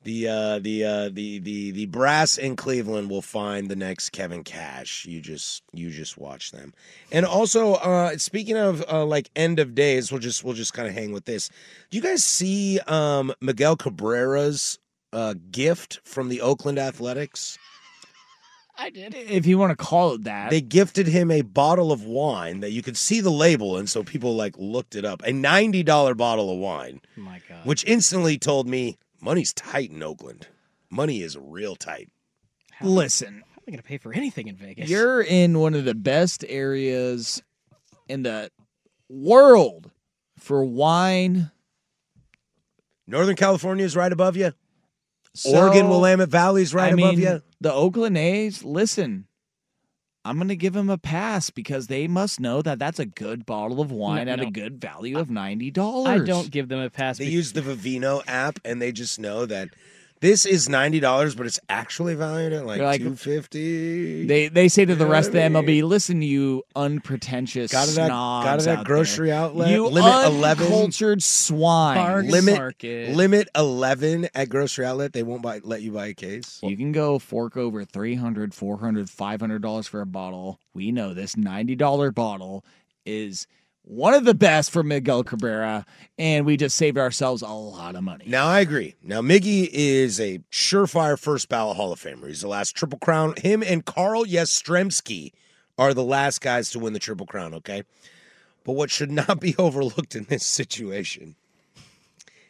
[SPEAKER 4] The uh, the uh, the the the brass in Cleveland will find the next Kevin Cash. You just you just watch them. And also, uh, speaking of uh, like end of days, we'll just we'll just kind of hang with this. Do you guys see um, Miguel Cabrera's uh, gift from the Oakland Athletics?
[SPEAKER 9] I did.
[SPEAKER 3] If you want to call it that.
[SPEAKER 4] They gifted him a bottle of wine that you could see the label, and so people like looked it up. A ninety dollar bottle of wine.
[SPEAKER 9] My God.
[SPEAKER 4] which instantly told me money's tight in Oakland. Money is real tight.
[SPEAKER 3] Listen,
[SPEAKER 9] not going to pay for anything in Vegas.
[SPEAKER 3] You're in one of the best areas in the world for wine.
[SPEAKER 4] Northern California is right above you. Oregon Willamette Valley's right
[SPEAKER 3] I
[SPEAKER 4] above
[SPEAKER 3] mean,
[SPEAKER 4] you.
[SPEAKER 3] The Oakland A's, listen, I'm going to give them a pass because they must know that that's a good bottle of wine
[SPEAKER 9] No,
[SPEAKER 3] at
[SPEAKER 9] no.
[SPEAKER 3] a good value of $90.
[SPEAKER 9] I don't give them a pass.
[SPEAKER 4] They
[SPEAKER 9] be-
[SPEAKER 4] use the Vivino app and they just know that this is ninety dollars, but it's actually valued at
[SPEAKER 3] They're
[SPEAKER 4] like
[SPEAKER 3] like-
[SPEAKER 4] two fifty.
[SPEAKER 3] They they say to the rest of the MLB, listen, you unpretentious
[SPEAKER 4] Got it at-
[SPEAKER 3] snobs
[SPEAKER 4] got it at
[SPEAKER 3] out
[SPEAKER 4] grocery
[SPEAKER 3] there.
[SPEAKER 4] outlet,
[SPEAKER 3] You
[SPEAKER 4] limit 11.
[SPEAKER 3] uncultured swine.
[SPEAKER 4] limit limit eleven at grocery outlet. They won't buy let you buy a case.
[SPEAKER 3] You can go fork over 300 400 $500 for a bottle. We know this $90 bottle is one of the best for Miguel Cabrera, and we just saved ourselves a lot of money.
[SPEAKER 4] Now I agree. Now Miggy is a surefire first ballot Hall of Famer. He's the last Triple Crown. Him and Carl Yastrzemski are the last guys to win the Triple Crown. Okay, but what should not be overlooked in this situation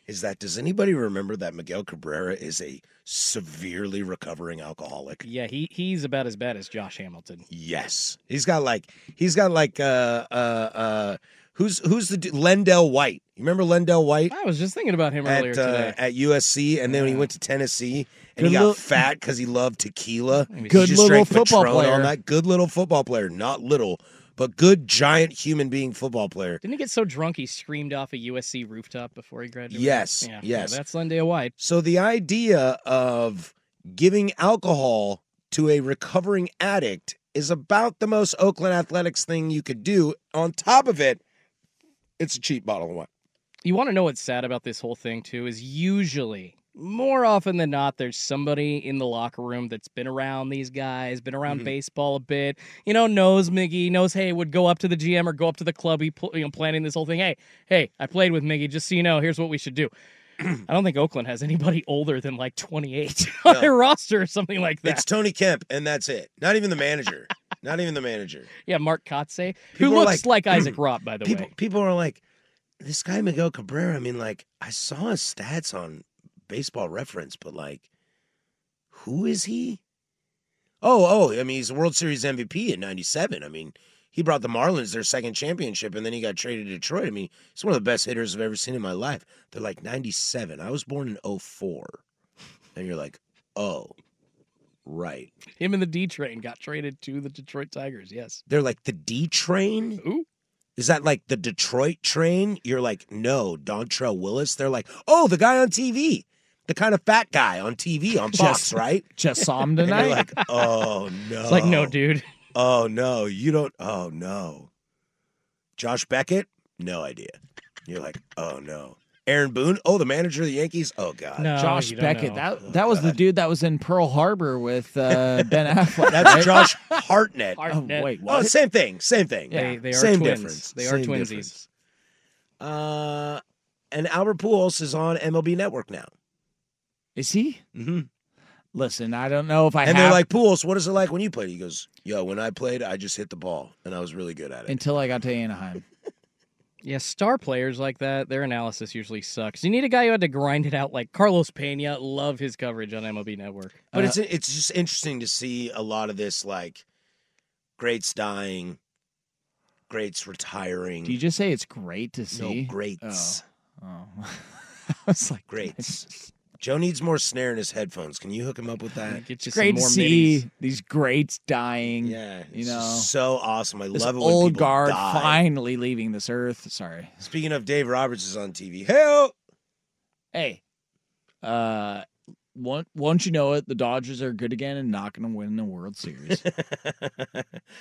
[SPEAKER 4] is that does anybody remember that Miguel Cabrera is a severely recovering alcoholic?
[SPEAKER 9] yeah, he he's about as bad as Josh Hamilton.
[SPEAKER 4] Yes, he's got like he's got like uh uh uh who's who's the du- Lendell White? You remember Lendell White?
[SPEAKER 9] I was just thinking about him
[SPEAKER 4] at, uh,
[SPEAKER 9] earlier today.
[SPEAKER 4] at USC, and then he went to Tennessee, and
[SPEAKER 9] Good
[SPEAKER 4] he got
[SPEAKER 9] little-
[SPEAKER 4] fat because he loved tequila. He
[SPEAKER 3] Good
[SPEAKER 4] just
[SPEAKER 3] little
[SPEAKER 4] drank
[SPEAKER 3] football
[SPEAKER 4] Patron all
[SPEAKER 3] player.
[SPEAKER 4] night. Good little football player, not little, but good giant human being football player.
[SPEAKER 9] Didn't he get so drunk he screamed off a USC rooftop before he graduated?
[SPEAKER 4] Yes,
[SPEAKER 9] Yeah,
[SPEAKER 4] yes.
[SPEAKER 9] Yeah, that's Lendale White.
[SPEAKER 4] So the idea of giving alcohol to a recovering addict is about the most Oakland athletics thing you could do. On top of it, it's a cheap bottle of wine.
[SPEAKER 9] You want to know what's sad about this whole thing too is usually more often than not there's somebody in the locker room that's been around these guys, been around
[SPEAKER 4] Mm-hmm.
[SPEAKER 11] Mhm.
[SPEAKER 9] baseball a bit, you know, knows Miggy, knows hey, would go up to the GM or go up to the club, he pl- you know, planning this whole thing. Hey, hey, I played with Miggy, just so you know, here's what we should do. I don't think Oakland has anybody older than like 28 on
[SPEAKER 4] No.
[SPEAKER 9] their roster or something like that.
[SPEAKER 4] It's Tony Kemp, and that's it. Not even the manager. Not even the manager.
[SPEAKER 9] yeah, Mark Kotze, who
[SPEAKER 4] People are
[SPEAKER 9] looks like, Isaac Robb, by the
[SPEAKER 4] people,
[SPEAKER 9] way.
[SPEAKER 4] People are like, this guy Miguel Cabrera. I mean, like, I saw his stats on Baseball Reference, but like, who is he? Oh, oh, I mean, he's a World Series MVP in '97. I mean, he brought the Marlins their second championship, and then he got traded to Detroit. I mean, he's one of the best hitters I've ever seen in my life. They're like '97. I was born in 04. and you're like, oh, right.
[SPEAKER 9] Him and the D train got traded to the Detroit Tigers, yes.
[SPEAKER 4] They're like the D train. Is that like the Detroit train? You're like, no, Dontrell Willis. They're like, oh, the guy on TV, the kind of fat guy on TV on Fox,
[SPEAKER 3] Just-
[SPEAKER 4] right?
[SPEAKER 3] just saw him
[SPEAKER 4] And you're
[SPEAKER 3] tonight.
[SPEAKER 4] like, oh no.
[SPEAKER 9] It's like, no, dude.
[SPEAKER 4] Oh no, you don't. Oh no. Josh Beckett, no idea. You're like, oh no. Aaron Boone, oh, the manager of the Yankees. Oh god,
[SPEAKER 3] Josh Beckett, that that was the dude that was in Pearl Harbor with uh, Ben Affleck.
[SPEAKER 4] That's
[SPEAKER 3] right?
[SPEAKER 4] Josh Hartnett.
[SPEAKER 3] Hartnett. Oh, wait,
[SPEAKER 4] Oh,
[SPEAKER 3] what?
[SPEAKER 4] same thing. Same thing.
[SPEAKER 9] Yeah. They- they are
[SPEAKER 4] same
[SPEAKER 9] twins.
[SPEAKER 4] difference.
[SPEAKER 9] They are
[SPEAKER 4] same
[SPEAKER 9] twinsies.
[SPEAKER 4] difference. Uh, and Albert Pujols is on MLB Network now.
[SPEAKER 3] Is he?
[SPEAKER 4] Mm-hmm.
[SPEAKER 3] Listen, I don't know if I
[SPEAKER 4] and
[SPEAKER 3] have
[SPEAKER 4] they're like, Pujols, what is it like when you played? He goes, Yo, when I played, I just hit the ball and I was really good at it.
[SPEAKER 3] until I got to Anaheim.
[SPEAKER 9] Yeah, star players like that, their analysis usually sucks. You need a guy who had to grind it out, like Carlos Pena. Love his coverage on MLB Network.
[SPEAKER 4] But
[SPEAKER 3] uh,
[SPEAKER 4] it's it's just interesting to see a lot of this like greats dying, greats retiring.
[SPEAKER 3] Do you just say it's great to
[SPEAKER 4] no
[SPEAKER 3] see?
[SPEAKER 4] greats.
[SPEAKER 3] Oh. oh. It's like
[SPEAKER 4] greats. Joe needs more snare in his headphones. Can you hook him up with that?
[SPEAKER 9] Get
[SPEAKER 3] It's great to see these greats dying.
[SPEAKER 4] Yeah,
[SPEAKER 3] you
[SPEAKER 4] it's
[SPEAKER 3] know,
[SPEAKER 4] just so awesome. I
[SPEAKER 3] this
[SPEAKER 4] love it when
[SPEAKER 3] old
[SPEAKER 4] people
[SPEAKER 3] guard
[SPEAKER 4] die.
[SPEAKER 3] finally leaving this earth. Sorry.
[SPEAKER 4] Speaking of, Dave Roberts is on TV. Help!
[SPEAKER 3] Hey, uh, once once you know it, the Dodgers are good again and not going to win the World Series.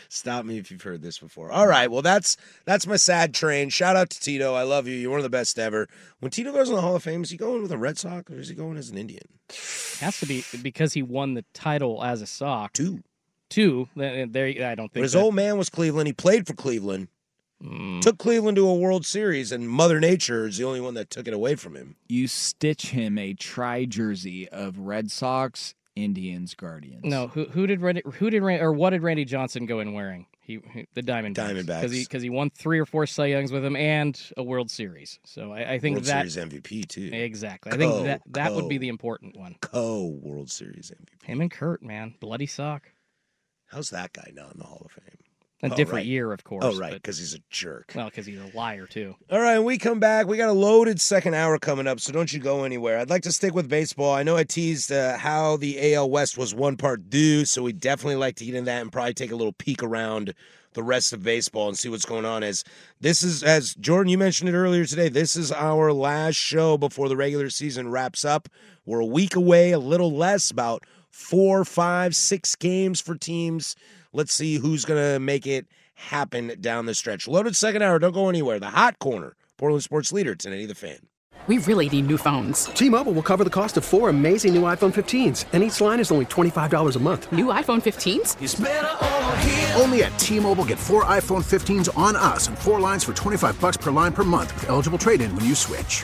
[SPEAKER 4] Stop me if you've heard this before. All right, well that's that's my sad train. Shout out to Tito. I love you. You're one of the best ever. When Tito goes in the Hall of Fame, is he going with a Red Sox or is he going as an Indian?
[SPEAKER 9] Has to be because he won the title as a sock.
[SPEAKER 4] Two.
[SPEAKER 9] Two. Then- There, I don't
[SPEAKER 4] But
[SPEAKER 9] think.
[SPEAKER 4] his
[SPEAKER 9] that- Mm.
[SPEAKER 4] old man was Cleveland. He played for Cleveland. Took Cleveland to a World Series, and Mother Nature is the only one that took it away from him.
[SPEAKER 3] you stitch him a tri jersey of Red Sox, Indians, Guardians.
[SPEAKER 9] No, who who did Randy, who did Ran- or what did Randy Johnson go in wearing? He, he- the Diamondbacks.
[SPEAKER 4] Diamondbacks.
[SPEAKER 9] because he because he won three or four Cy Youngs with him and a World Series. So I, I think
[SPEAKER 4] World
[SPEAKER 9] that
[SPEAKER 4] Series MVP too.
[SPEAKER 9] exactly. I think
[SPEAKER 4] Co-
[SPEAKER 9] that that would be
[SPEAKER 4] co-
[SPEAKER 9] the important one.
[SPEAKER 4] co World Series MVP.
[SPEAKER 9] Him and Kurt, man, bloody sock.
[SPEAKER 4] How's that guy not in the Hall of Fame?
[SPEAKER 9] A
[SPEAKER 4] Oh,
[SPEAKER 9] different
[SPEAKER 4] right.
[SPEAKER 9] year, of course.
[SPEAKER 4] Oh, right,
[SPEAKER 9] but-
[SPEAKER 4] because he's a jerk.
[SPEAKER 9] Well, because he's a liar too.
[SPEAKER 4] All right, when we come back, we got a loaded second hour coming up, so don't you go anywhere. I'd like to stick with baseball. I know I teased uh, how the AL West was one part due, so we definitely like to get into that and probably take a little peek around the rest of baseball and see what's going on. As this is, as Jordan, you mentioned it earlier today, this is our last show before the regular season wraps up. We're a week away, a little less, about four, five, six games for teams. Let's see who's going to make it happen down the stretch. Loaded second hour. Don't go anywhere. The hot corner. Portland sports leader. Tonight, the fan.
[SPEAKER 12] We really need new phones. T-Mobile will cover the cost of four amazing new iPhone 15s, and each line is only $25 a month.
[SPEAKER 13] New iPhone 15s?
[SPEAKER 14] Only at T-Mobile, get four iPhone 15s on us and four lines for 25 bucks per line per month with eligible trade-in when you switch.